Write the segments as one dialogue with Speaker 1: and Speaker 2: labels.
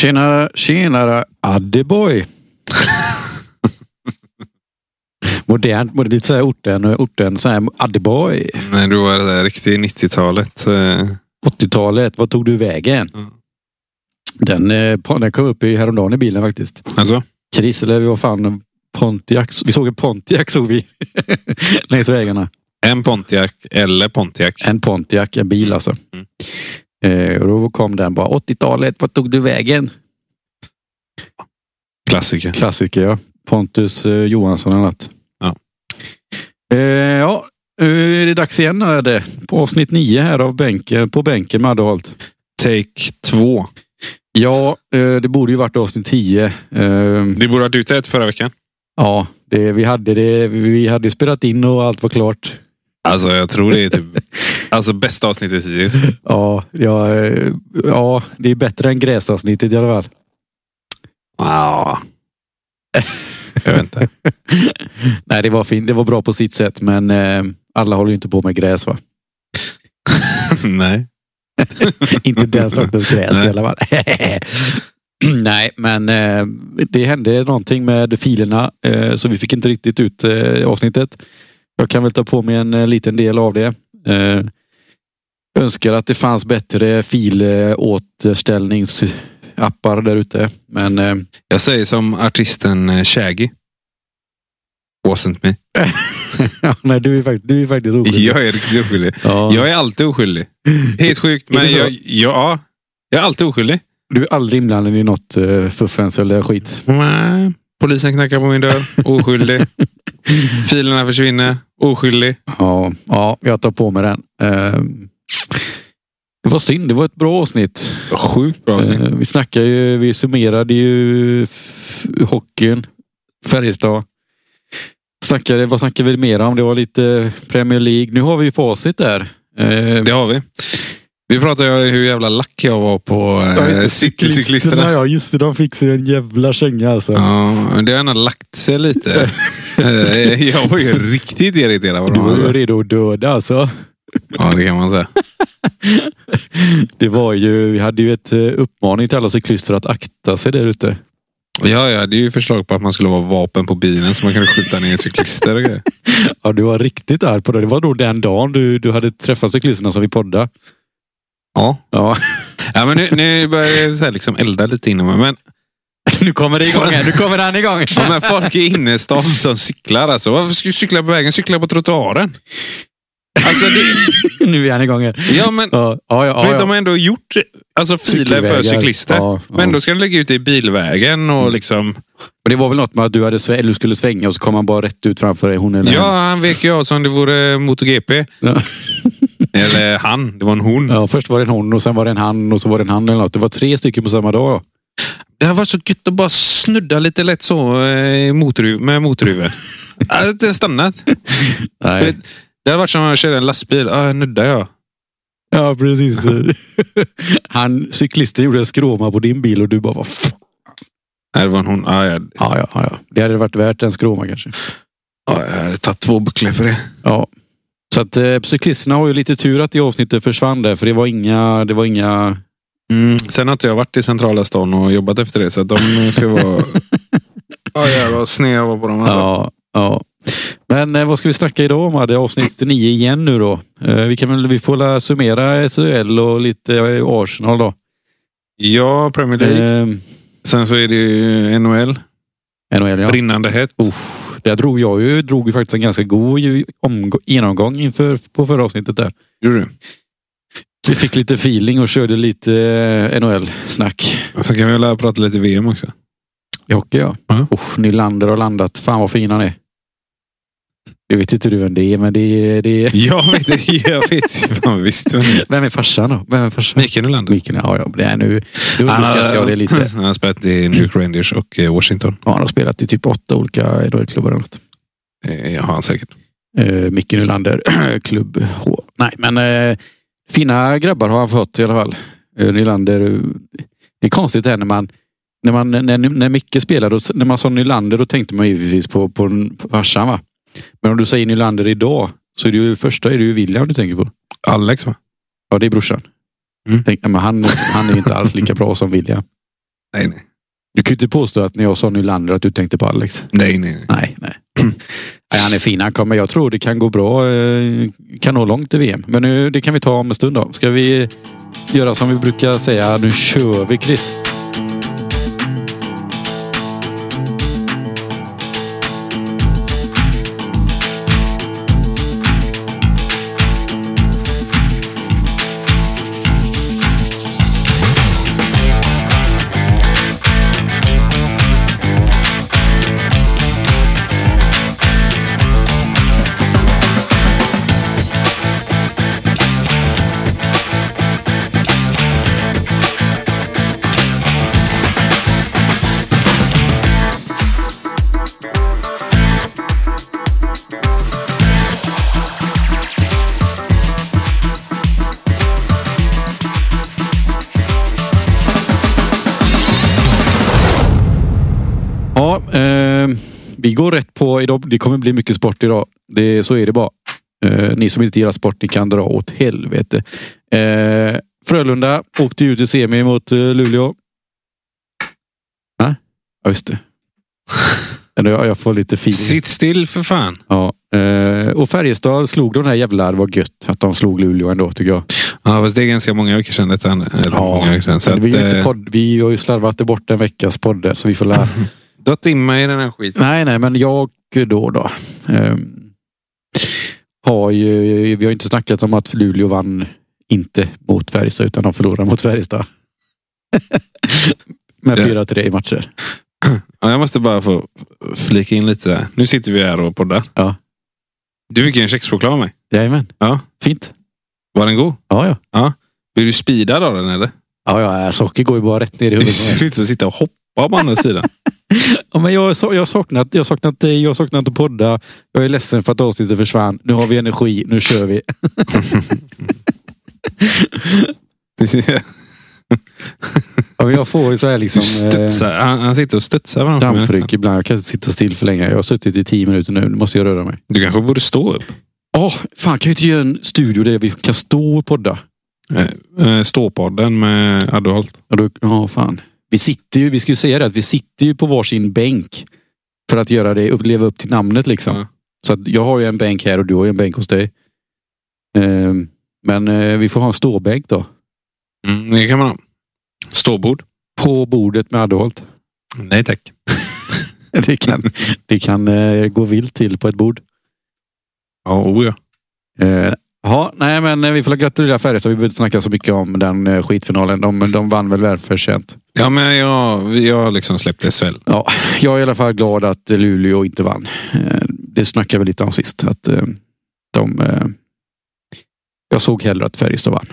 Speaker 1: Tjenare, tjenare Addeboy. Modernt, mod- lite såhär orten, orten såhär Addeboy.
Speaker 2: Nej, du var det där riktigt 90-talet. eh,
Speaker 1: 80-talet, vad tog du vägen?
Speaker 2: Mm.
Speaker 1: Den, eh, po- den kom upp i häromdagen i bilen faktiskt.
Speaker 2: Alltså?
Speaker 1: Chris, eller vad fan, Pontiac. Vi såg en Pontiac såg vi längs vägarna.
Speaker 2: En Pontiac eller Pontiac.
Speaker 1: En Pontiac, en bil alltså.
Speaker 2: Mm.
Speaker 1: Eh, och då kom den bara, 80-talet, vad tog du vägen?
Speaker 2: Klassiker.
Speaker 1: Klassiker ja. Pontus eh, Johansson eller något.
Speaker 2: Ja.
Speaker 1: Eh, ja, eh, är det dags igen är det. På avsnitt nio här av bänken, på bänken med Adderholt.
Speaker 2: Take två.
Speaker 1: Ja, eh, det borde ju varit avsnitt tio. Eh,
Speaker 2: Det borde ha varit ute ett förra veckan.
Speaker 1: ja, det, vi, hade det, vi hade spelat in och allt var klart.
Speaker 2: Alltså, jag tror det är typ... alltså, bästa avsnittet hittills.
Speaker 1: Ja, ja, eh, ja, det är bättre än gräsavsnittet i alla fall.
Speaker 2: Wow. Jag vet inte.
Speaker 1: Nej, det var fint. Det var bra på sitt sätt, men eh, alla håller ju inte på med gräs va?
Speaker 2: Nej.
Speaker 1: Inte den sortens gräs
Speaker 2: Nej.
Speaker 1: i alla fall. Nej, men eh, det hände någonting med filerna eh, så vi fick inte riktigt ut eh, avsnittet. Jag kan väl ta på mig en eh, liten del av det. Eh, önskar att det fanns bättre filåterställningsappar där ute. Men eh,
Speaker 2: Jag säger som artisten eh, Shaggy. Wasn't me.
Speaker 1: ja, nej, du, är faktiskt, du är faktiskt oskyldig.
Speaker 2: Jag är riktigt oskyldig.
Speaker 1: Ja.
Speaker 2: Jag är alltid oskyldig. Helt sjukt,
Speaker 1: Är det
Speaker 2: men
Speaker 1: så?
Speaker 2: jag, ja, jag är alltid oskyldig.
Speaker 1: Du är aldrig inblandad i något eh, fuffens eller skit.
Speaker 2: Nej. Polisen knackar på min dörr. Oskyldig. Filerna försvinner. Oskyldig.
Speaker 1: Ja, ja jag tar på mig den. Eh, det var synd. Det var ett bra avsnitt.
Speaker 2: Sjukt bra avsnitt.
Speaker 1: Eh, Vi snackar ju, vi summerade ju f- hockeyn, Färjestad. Snackade, vad snackade vi mer om? Det var lite Premier League. Nu har vi ju facit där. Eh,
Speaker 2: Det har vi. Vi pratade ju om hur jävla lack jag var på
Speaker 1: ja, just
Speaker 2: eh,
Speaker 1: det,
Speaker 2: citycyklisterna.
Speaker 1: Ja, just det. De fick sig en jävla känga alltså.
Speaker 2: Ja, men det har ändå lagt sig lite. Eh, jag var ju riktigt irriterad på
Speaker 1: Du var ju
Speaker 2: dem.
Speaker 1: redo att döda alltså.
Speaker 2: Ja, det kan man säga.
Speaker 1: Det var ju, vi hade ju ett eh, uppmaning till alla cyklister att akta sig där ute.
Speaker 2: Ja, jag hade ju förslag på att man skulle vara vapen på bilen så man kunde skjuta ner cyklister och grejer.
Speaker 1: Ja, du var riktigt arg på det. Det var då den dagen du, du hade träffat cyklisterna som vi poddade.
Speaker 2: Ja.
Speaker 1: Ja,
Speaker 2: ja men nu, nu börjar jag så här liksom elda lite inom mig. Men,
Speaker 1: nu kommer det igång. här. Nu kommer han igång.
Speaker 2: ja, men folk i innerstan som cyklar alltså. Varför ska du cykla på vägen? Cykla på trottoaren. Alltså, det,
Speaker 1: nu är han igång igen.
Speaker 2: ja, men
Speaker 1: Ja, ja, ja,
Speaker 2: Men
Speaker 1: ja.
Speaker 2: De har ändå gjort alltså, filer
Speaker 1: Cykelvägar.
Speaker 2: för cyklister.
Speaker 1: Ja, ja.
Speaker 2: Men då ska de lägga ut det i bilvägen och liksom...
Speaker 1: Men det var väl något med att du, hade, sve- eller du skulle svänga och så kom han bara rätt ut framför dig. Hon eller
Speaker 2: Ja, han vek ju av som det vore MotoGP.
Speaker 1: Mm. Ja.
Speaker 2: Eller han, det var en hon.
Speaker 1: ja, först var det en hon och sen var det en han och så var det en han eller något. Det var tre stycken på samma dag.
Speaker 2: Det här var så gött att bara snudda lite lätt så eh, motorhu- med motorhuven. jag hade inte ens stannat.
Speaker 1: Nej.
Speaker 2: Det hade varit som om jag körde en lastbil. Ah, nuddar jag.
Speaker 1: Ja, precis. han, cyklisten gjorde en skråma på din bil och du bara, vad f-
Speaker 2: Nej, det var en hon. Ah, jag,
Speaker 1: ja, ja, ja. Det hade varit värt en skråma kanske.
Speaker 2: ah, jag hade tagit två bucklor för det.
Speaker 1: Ja. Så att eh, cyklisterna har ju lite tur att det avsnittet försvann där, för det var inga, det var inga
Speaker 2: Mm. Sen har inte jag varit i centrala stan och jobbat efter det, så att de ska vara... ah, jävlar vad sned jag var på dem. Alltså.
Speaker 1: Ja, ja. Men eh, vad ska vi snacka idag om? Adde? Avsnitt 9 igen nu då. Eh, vi, kan väl, vi får la summera SHL och lite eh, Arsenal då.
Speaker 2: Ja, Premier League.
Speaker 1: Eh,
Speaker 2: Sen så är det ju NHL.
Speaker 1: NHL ja.
Speaker 2: Brinnande hett.
Speaker 1: Oh. Där drog jag ju, drog ju faktiskt en ganska god ju- omgå- genomgång inför, på förra avsnittet där.
Speaker 2: Gjorde du?
Speaker 1: Vi fick lite feeling och körde lite eh, NHL-snack.
Speaker 2: Sen kan vi väl prata lite VM också.
Speaker 1: I hockey ja.
Speaker 2: Ja.
Speaker 1: Oh, Nylander har landat. Fan vad fin han är. Jag vet inte du vem det är, men det är... Det är...
Speaker 2: Jag vet inte. Jag vet inte. Fan, visst. men-
Speaker 1: Vem är farsan då? Vem är farsan?
Speaker 2: Mikael Nylander.
Speaker 1: Mikael, ja, ja, det är nu, nu underskattar jag det lite.
Speaker 2: Han har spelat i New York Rangers och eh, Washington.
Speaker 1: Ja, han har spelat i typ åtta olika NHL-klubbar eller något.
Speaker 2: Det har han säkert.
Speaker 1: Eh, Micke Nylander, klubb H. Nej, men eh, fina grabbar har han fått i alla fall. Eh, Nylander, eh, det är konstigt det här när man när, man, när, när Micke spelade, och, s- när man sa Nylander, då tänkte man givetvis på, på, på farsan. Va? Men om du säger Nylander idag, så är det ju första är det ju William du tänker på.
Speaker 2: Alex va?
Speaker 1: Ja, det är brorsan.
Speaker 2: Mm.
Speaker 1: Tänk, ja, men han, han är inte alls lika bra som William.
Speaker 2: Nej, nej.
Speaker 1: Du kan ju inte påstå att när jag sa Nylander att du tänkte på Alex.
Speaker 2: Nej, nej. nej.
Speaker 1: Nej, nej. nej han är fin. Han kommer. Jag tror det kan gå bra. eh, Kan nå långt i VM. Men nu, det kan vi ta om en stund då. Ska vi göra som vi brukar säga? Nu kör vi Chris. Ja, eh, vi går rätt på idag. Det kommer bli mycket sport idag. Det, så är det bara. Eh, ni som inte gillar sport, ni kan dra åt helvete. Eh, Frölunda åkte ut i semi mot eh, Luleå. Nej, ja, just det. Eller Jag, jag får lite feeling.
Speaker 2: Sitt still för fan.
Speaker 1: Ja. Eh, och Färjestad slog de här jävlar. Det var gött att de slog Luleå ändå tycker jag.
Speaker 2: Ja, fast det är ganska många veckor sedan detta. Eller
Speaker 1: Ja,
Speaker 2: många veckor sedan. Så
Speaker 1: Men
Speaker 2: att,
Speaker 1: vi, är ju inte
Speaker 2: eh,
Speaker 1: podd, vi har ju slarvat bort en veckas podd där, så vi får lära.
Speaker 2: dratt in mig i den här skiten.
Speaker 1: Nej, nej, men jag då då. ehm, har ju, vi har ju inte snackat om att Luleå vann inte mot Färjestad utan de förlorade mot Färjestad. Med
Speaker 2: Det-
Speaker 1: 4-3 i matcher.
Speaker 2: Ja, jag måste bara få flika in lite där. Nu sitter vi här och poddar.
Speaker 1: Ja.
Speaker 2: Du fick ju en kexchoklad av mig.
Speaker 1: Jajamän.
Speaker 2: Ja.
Speaker 1: Fint.
Speaker 2: Var den god?
Speaker 1: Ja, ja.
Speaker 2: Blir du speedad av den eller?
Speaker 1: Ja, ja, socker går ju bara rätt ner i
Speaker 2: Du
Speaker 1: huvudet.
Speaker 2: ser ut att sitta och hoppa på andra sidan.
Speaker 1: Ja, men jag, har sa- jag, har saknat, jag har saknat dig, jag har saknat att podda. Jag är ledsen för att avsnittet försvann. Nu har vi energi, nu kör vi.
Speaker 2: Det ser-
Speaker 1: Ja, men jag får ju så här liksom... eh,
Speaker 2: Studsar. Han, han sitter och studsar framför mig nästan.
Speaker 1: Dampryck ibland. Jag kan inte sitta still för länge. Jag har suttit i tio minuter nu. Nu måste jag röra mig.
Speaker 2: Du kanske borde stå upp.
Speaker 1: Ja, fan kan vi inte göra en studio där vi kan stå och podda?
Speaker 2: Eh, Ståpodden med Adderholt.
Speaker 1: Ja, då, ja fan. Vi sitter ju, vi skulle säga det, att vi sitter ju på varsin bänk. För att göra det, upp- leva upp till namnet liksom.
Speaker 2: Ja.
Speaker 1: Så att jag har ju en bänk här och du har ju en bänk hos dig. Ehm, men eh, vi får ha en ståbänk då.
Speaker 2: Mm, det kan man ha. Ståbord?
Speaker 1: På bordet med Adderholt.
Speaker 2: Nej tack.
Speaker 1: Det kan, det kan eh, gå vilt till på ett bord.
Speaker 2: Ja, oh, ja.
Speaker 1: Eh, Ja, nej men eh, vi får gratulera Färjestad. Vi behöver inte snacka så mycket om den eh, skitfinalen. De, de vann väl välförtjänt.
Speaker 2: ja men jag, jag har liksom släppt SHL.
Speaker 1: Ja, jag är i alla fall glad att eh, Luleå inte vann. Eh, Det snackade vi lite om sist. Att eh, de, eh, jag såg hellre att Färjestad vann.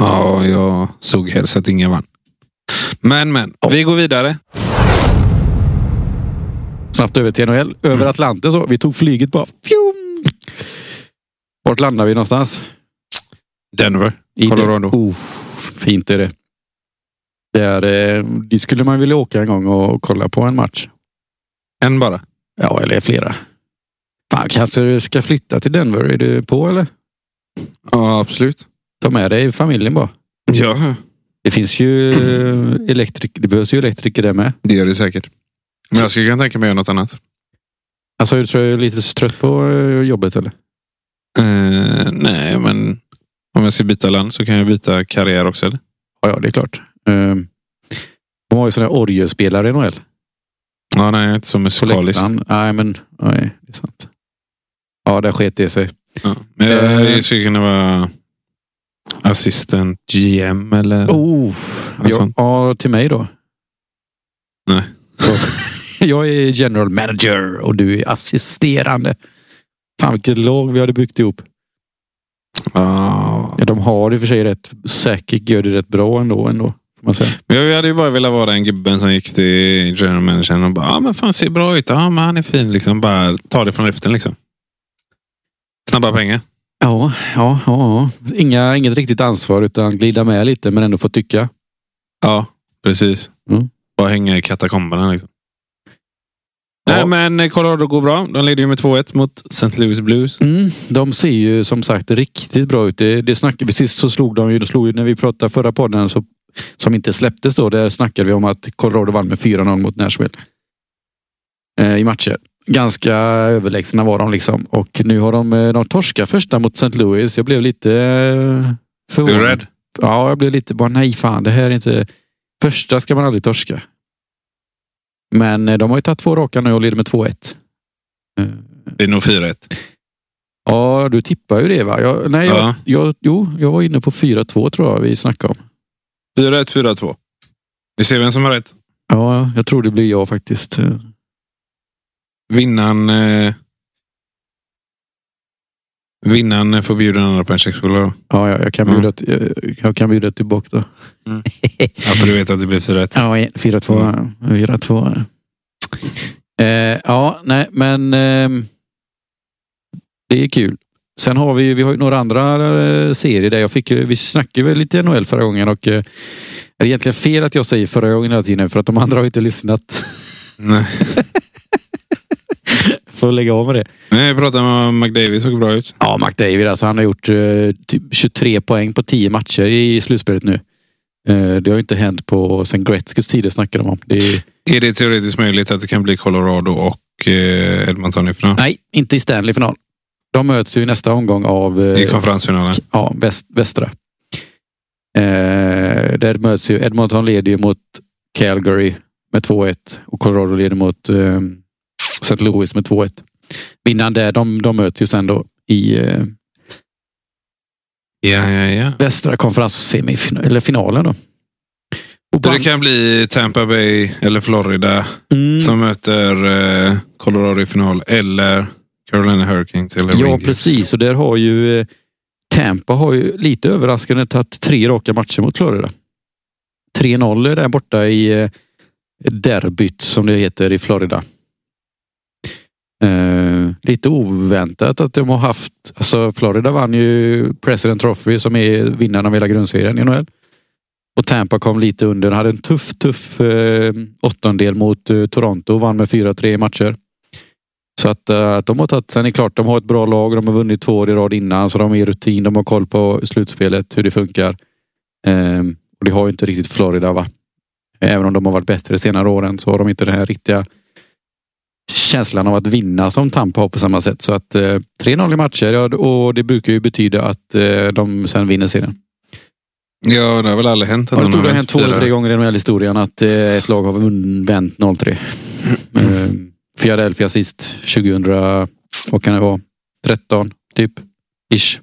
Speaker 2: Ja, jag såg helst att ingen vann. Men, men. Vi går vidare.
Speaker 1: Snabbt över till NHL. Över Atlanten så. Vi tog flyget bara. Fjum! Vart landar vi någonstans?
Speaker 2: Denver.
Speaker 1: I
Speaker 2: Colorado.
Speaker 1: Det, oh, fint är det. Där, eh, dit skulle man vilja åka en gång och kolla på en match.
Speaker 2: En bara.
Speaker 1: Ja, eller flera. Fan, kanske du ska flytta till Denver? Är du på eller?
Speaker 2: Ja, absolut.
Speaker 1: Ta med dig familjen bara.
Speaker 2: Ja,
Speaker 1: Det finns ju eh, elektrik, det behövs ju elektriker där med.
Speaker 2: det gör det säkert. Men jag skulle kunna tänka mig att göra något annat.
Speaker 1: Alltså, jag tror jag är lite trött på eh, jobbet eller?
Speaker 2: Eh, nej, men om jag ska byta land så kan jag byta karriär också. Eller?
Speaker 1: Ja, ja det är klart. Ehm, de har ju sådana här orgelspelare i NHL.
Speaker 2: Ja, nej, jag är inte så
Speaker 1: På
Speaker 2: musikalisk.
Speaker 1: läktaren. Nej, men nej, det är sant. Ja, där sket det sig.
Speaker 2: Ja. Men jag, jag skulle kunna vara assistent GM eller...
Speaker 1: Oh, jag,
Speaker 2: sån.
Speaker 1: ja, till mig då?
Speaker 2: Nej.
Speaker 1: Så- jag är general manager och du är assisterande. Fan vilket lag vi hade byggt ihop.
Speaker 2: Ja.
Speaker 1: Ja, de har i och för sig rätt, säkert gör det rätt bra ändå. ändå får man säga.
Speaker 2: Men Jag hade ju bara velat vara den gubben som gick till general managern och bara ja ah, men fan ser bra ut. Ja ah, men han är fin liksom. Bara ta det från luften liksom. Snabba pengar.
Speaker 1: Ja, ja, ja. ja. Inga, inget riktigt ansvar utan glida med lite men ändå få tycka.
Speaker 2: Ja, precis.
Speaker 1: Mm.
Speaker 2: Bara hänga i katakomberna liksom. Nej
Speaker 1: Ja.
Speaker 2: men eh, Colorado går bra. De leder ju med 2-1 mot St. Louis Blues.
Speaker 1: Mm, de ser ju som sagt riktigt bra ut. Det, det snackade vi sist så slog de ju, de slog ju när vi pratade förra podden så som inte släpptes då. Där snackade vi om att Colorado vann med 4-0 mot Nashville. Eh, I matcher. Ganska överlägsna var de liksom. Och nu har de, eh, de torska första mot St. Louis. Jag blev lite eh,
Speaker 2: Du
Speaker 1: förvånad.
Speaker 2: är rädd?
Speaker 1: Ja, jag blev lite bara nej fan, det här är inte... Första ska man aldrig torska. Men eh, de har ju tagit två raka nu och leder med 2-1. Eh,
Speaker 2: Det är nog 4-1.
Speaker 1: Ja, du tippar ju det va? Jag, nej, jag,
Speaker 2: Ja.
Speaker 1: jag, jo, jag var inne på 4-2 tror jag vi snackade om.
Speaker 2: 4-1, 4-2. Vi ser vem som har rätt.
Speaker 1: Ja, jag tror det blir jag faktiskt. Eh,
Speaker 2: Vinnaren... Eh... Vinnaren får bjuda den andra på en köksskola då.
Speaker 1: Ja, jag, jag, kan
Speaker 2: Mm.
Speaker 1: bjuda, till- jag, jag kan bjuda tillbaka då.
Speaker 2: Ja, för du vet att det blir 4-1.
Speaker 1: Ja, Mm. 4-2. 4-2. Eh, ja, nej, men ehm, det är kul. Sen har vi, ju- vi har ju några andra eh, serier där jag fick, ju- vi snackade väl lite NHL förra gången och eh, är det egentligen fel att jag säger förra gången hela tiden för att de andra har ju inte lyssnat.
Speaker 2: Nej.
Speaker 1: Får lägga av med det.
Speaker 2: Nej, jag pratade med McDavid, såg bra ut.
Speaker 1: Ja, McDavid alltså, han har gjort eh, typ 23 poäng på 10 matcher i slutspelet nu. Eh, det har ju inte hänt på sen Gretzkys tid, det snackade de om. Det är,
Speaker 2: Är det teoretiskt möjligt att det kan bli Colorado och eh, Edmonton i finalen?
Speaker 1: Nej, inte i Stanley-final. De möts ju i nästa omgång av eh,
Speaker 2: I konferensfinalen?
Speaker 1: ja, väst, västra. Eh, där möts ju Edmonton leder ju mot Calgary med 2-1 och Colorado leder mot eh, St. Louis med 2-1. Vinnaren där, de, de möts ju sen då i eh,
Speaker 2: Ja, ja, ja.
Speaker 1: västra konferenssemifinalen, eller finalen då. Och
Speaker 2: Så
Speaker 1: ban-
Speaker 2: det kan bli Tampa Bay eller Florida
Speaker 1: Mm.
Speaker 2: som möter eh, Colorado i final eller Carolina Hurricanes eller
Speaker 1: Ja,
Speaker 2: Rangers.
Speaker 1: precis. Och där har ju eh, Tampa har ju lite överraskande tagit tre raka matcher mot Florida. 3-0 där borta i eh, derbyt som det heter i Florida. Eh, lite oväntat att de har haft, alltså Florida vann ju President Trophy som är vinnaren av hela grundserien i NHL. Och Tampa kom lite under, hade en tuff, tuff eh, åttondel mot eh, Toronto och vann med 4-3 i matcher. Så att, eh, att de har tagit, sen är det klart, de har ett bra lag, de har vunnit två år i rad innan, så de är i rutin, de har koll på slutspelet, hur det funkar. Ehm, och det har ju inte riktigt Florida va? Även om de har varit bättre senare åren så har de inte den här riktiga känslan av att vinna som Tampa har på samma sätt. Så att eh, 3-0 i matcher ja, och det brukar ju betyda att eh, de sen vinner serien.
Speaker 2: Ja, det har väl aldrig hänt. att
Speaker 1: Ja, jag
Speaker 2: någon
Speaker 1: tror det har hänt två
Speaker 2: fyra.
Speaker 1: eller tre gånger i NHL-historien att eh, ett lag har vunn- vänt 0-3.
Speaker 2: Mm.
Speaker 1: Ehm, Philadelphia sist 2000, vad kan det vara? 13 typ. Ish.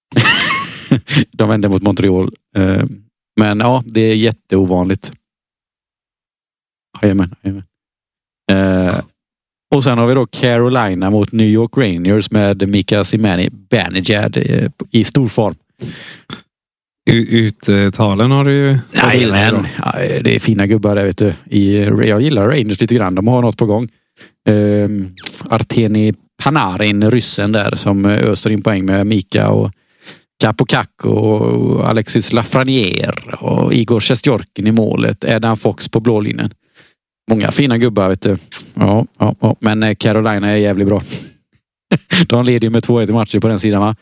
Speaker 1: De vände mot Montreal. Ehm, Men ja, det är jätteovanligt. Jajamän, jajamän. Eh, Och sen har vi då Carolina mot New York Rangers med Mika Simani Banijad eh, i stor form.
Speaker 2: U- Uttalen har du ju...
Speaker 1: Jajamän. Ja, det är fina gubbar där vet du. I, jag gillar Rangers lite grann. De har något på gång. Ehm, Arteni Panarin, ryssen där som eh, öser in poäng med Mika och Kapokak och Alexis Lafreniere och Igor Sjestjorkin i målet. Adam Fox på blålinjen. Många fina gubbar vet du. Ja, ja, ja. men eh, Carolina är jävligt bra. De leder ju med 2-1 i matcher på den sidan va?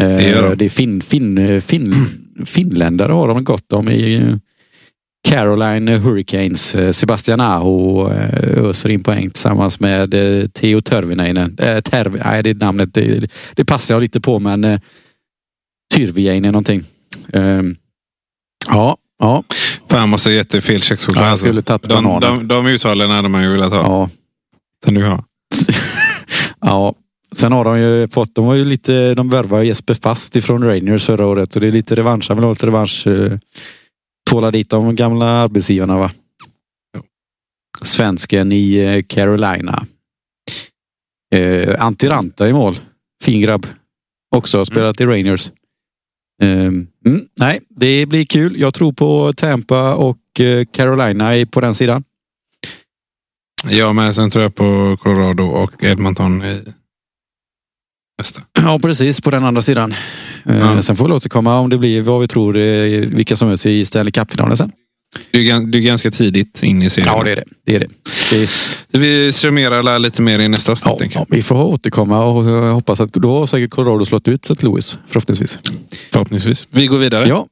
Speaker 1: Eh,
Speaker 2: Det gör de.
Speaker 1: det är fin, fin, fin, finländare har de gott om i eh, Caroline Hurricanes. Eh, Sebastian Aho eh, öser in poäng tillsammans med eh, Theo Törvinainen. Eh, Terv, nej, det är namnet. Det, det passar jag lite på men eh, Tyrviainen någonting. Ehm, ja, ja.
Speaker 2: Fan, måste ha gett dig fel kökschoklad.
Speaker 1: Jag
Speaker 2: alltså.
Speaker 1: skulle tagit
Speaker 2: de,
Speaker 1: bananen.
Speaker 2: de, de uttalen hade man ju velat ha.
Speaker 1: ja.
Speaker 2: Som du har.
Speaker 1: Ja, sen har de ju fått, de har ju lite, de värvade Jesper Fast ifrån Rangers förra året och det är lite revansch, han vill ha lite revansch. eh, Tåla dit de gamla arbetsgivarna va?
Speaker 2: Jo.
Speaker 1: Svensken i eh, Carolina. Eh, Antiranta i mål. Fin grabb. Också har spelat i Rangers. Ehm, mm, nej, det blir kul. Jag tror på Tampa och eh, Carolina i- på den sidan.
Speaker 2: Jag med. Sen tror jag på Colorado och Edmonton i nästa.
Speaker 1: Ja, precis. På den andra sidan. Eh,
Speaker 2: Ja.
Speaker 1: Sen får vi återkomma om det blir vad vi tror, eh, vilka som möts i Stanley Cup-finalen sen.
Speaker 2: Du är, gan- du är ganska tidigt in i serien.
Speaker 1: är det. Det är det. det är,
Speaker 2: Vi summerar alla lite mer i nästa avsnitt.
Speaker 1: ja,
Speaker 2: tänker jag.
Speaker 1: ja, vi får återkomma och eh, hoppas att då har säkert Colorado slått ut St. Louis förhoppningsvis.
Speaker 2: Förhoppningsvis. Vi går vidare.
Speaker 1: Ja.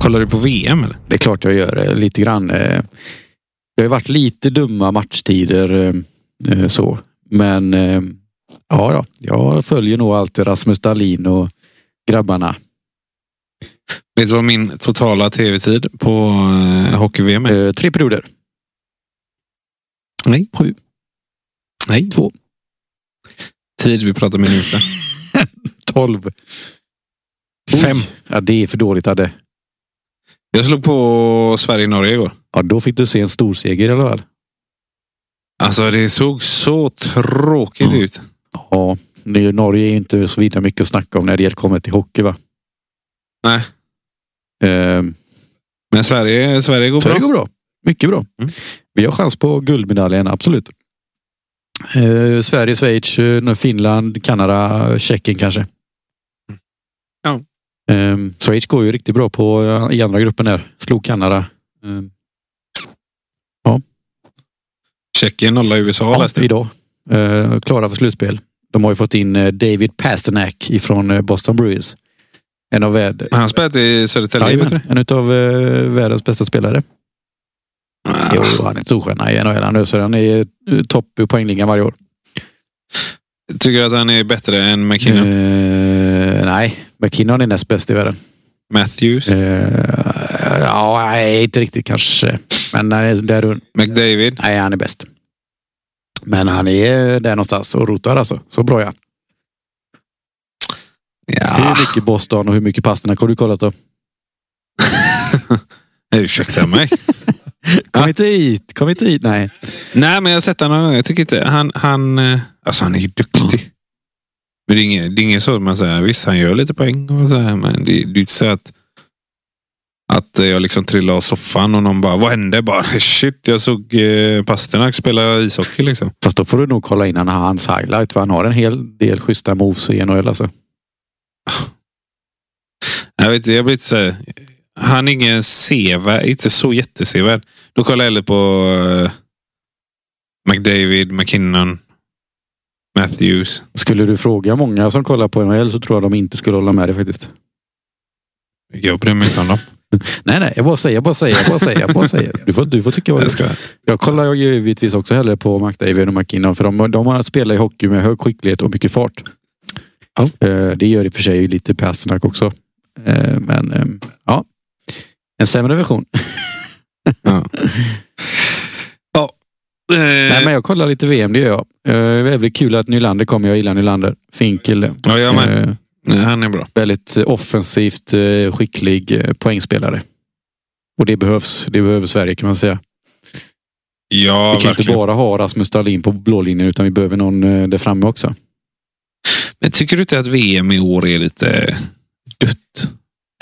Speaker 2: Kollar du på VM eller?
Speaker 1: Det är klart jag gör det lite grann. Eh, Det har ju varit lite dumma matchtider eh, eh, så. Men eh, ja, då, jag följer nog alltid Rasmus Dahlin och grabbarna.
Speaker 2: Vet du vad min totala tv-tid på eh, hockey-VM är?
Speaker 1: Eh, Tre perioder.
Speaker 2: Nej.
Speaker 1: Sju.
Speaker 2: Nej.
Speaker 1: Två.
Speaker 2: Tid vi pratar minuter.
Speaker 1: Tolv.
Speaker 2: Fem.
Speaker 1: Oj, Ja, det är för dåligt Adde.
Speaker 2: Jag slog på Sverige-Norge igår.
Speaker 1: Ja, då fick du se en stor seger i alla fall.
Speaker 2: Alltså det såg så tråkigt
Speaker 1: Mm.
Speaker 2: ut.
Speaker 1: Ja, nu- Norge är ju inte så vidare mycket att snacka om när det kommer till hockey va?
Speaker 2: Nej.
Speaker 1: Eh,
Speaker 2: Men Sverige, Sverige går
Speaker 1: Sverige
Speaker 2: bra.
Speaker 1: går bra. Mycket bra.
Speaker 2: Mm.
Speaker 1: Vi har chans på guldmedaljen, absolut. Eh, Sverige, Schweiz, eh, Finland, Kanada, Tjeckien kanske.
Speaker 2: Ja.
Speaker 1: Eh, Schweiz går ju riktigt bra på eh, i andra gruppen där. Slog Kanada. Eh,
Speaker 2: Tjeckien nollar USA
Speaker 1: ja,
Speaker 2: läste jag.
Speaker 1: idag. Eh, klara för slutspel. De har ju fått in eh, David Pasternak ifrån eh, Boston Bruins. En av världens...
Speaker 2: Han spelade i Södertälje, vet du
Speaker 1: Jajamän,
Speaker 2: det?
Speaker 1: en utav eh, världens bästa spelare. Jo, han är en storstjärna i NHL. Han öser. Han är eh, topp i poängligan varje år.
Speaker 2: Tycker du att han är bättre än McKinnon?
Speaker 1: Mm. Eh, nej, McKinnon är näst bäst i världen.
Speaker 2: Matthews?
Speaker 1: Mm. Eh, ja, nej, inte riktigt kanske. Men han är där, runt.
Speaker 2: McDavid?
Speaker 1: nej, han är bäst. Men han är eh, där någonstans och rotar alltså. Så bra är han.
Speaker 2: Ja. Ah.
Speaker 1: Hur mycket Boston och hur mycket Pasternak har du kollat då?
Speaker 2: Ursäkta mig.
Speaker 1: Kom
Speaker 2: Ja.
Speaker 1: inte hit, kom inte hit. Nej,
Speaker 2: Nej, men jag har sett honom någon gång. Jag tycker inte... Han, han, eh, alltså, han är ju duktig. Men det är inget, det är inget så att man säger, visst han gör lite poäng och så här, men det, det är ju inte så att, att eh, jag liksom trillar av soffan och någon bara, vad hände? Bara, Shit, jag såg eh, Pasternak spela ishockey liksom.
Speaker 1: fast då får du nog kolla in han- hans highlight. För han har en hel del schyssta moves i NHL alltså.
Speaker 2: Jag vet inte, jag blir inte så här, Han är ingen sevärd, inte så jättesevärd. Då kollar jag hellre på eh, McDavid, McKinnon, Matthews.
Speaker 1: Skulle du fråga många som kollar på NHL så tror jag de inte skulle hålla med dig faktiskt.
Speaker 2: Jag bryr mig inte om dem.
Speaker 1: Nej, nej, jag bara säger, jag bara säger, jag bara säger. Jag bara säger. Du, får, du får tycka vad du
Speaker 2: Jag skojar.
Speaker 1: Jag kollar ju givetvis också hellre på McDavid och McKinnon för de, de har spelat i hockey med hög skicklighet och mycket fart.
Speaker 2: Ja.
Speaker 1: Eh, Det gör i och för sig lite Pasternak också. Eh, Men ehm, ja, en sämre version.
Speaker 2: Eh,
Speaker 1: Nej, men jag kollar lite VM, det gör jag. Eh, Det är väldigt kul att Nylander kommer. Jag gillar Nylander. Fin kille.
Speaker 2: Ja, jag med.
Speaker 1: Eh,
Speaker 2: Nej, Han är bra.
Speaker 1: Väldigt eh, offensivt eh, skicklig eh, poängspelare. Och det behövs. Det behöver Sverige kan man säga.
Speaker 2: Ja,
Speaker 1: vi kan inte
Speaker 2: verkligen.
Speaker 1: bara ha Rasmus Dahlin på blå linjen utan vi behöver någon eh, där framme också.
Speaker 2: Men tycker du inte att VM i år är lite dött?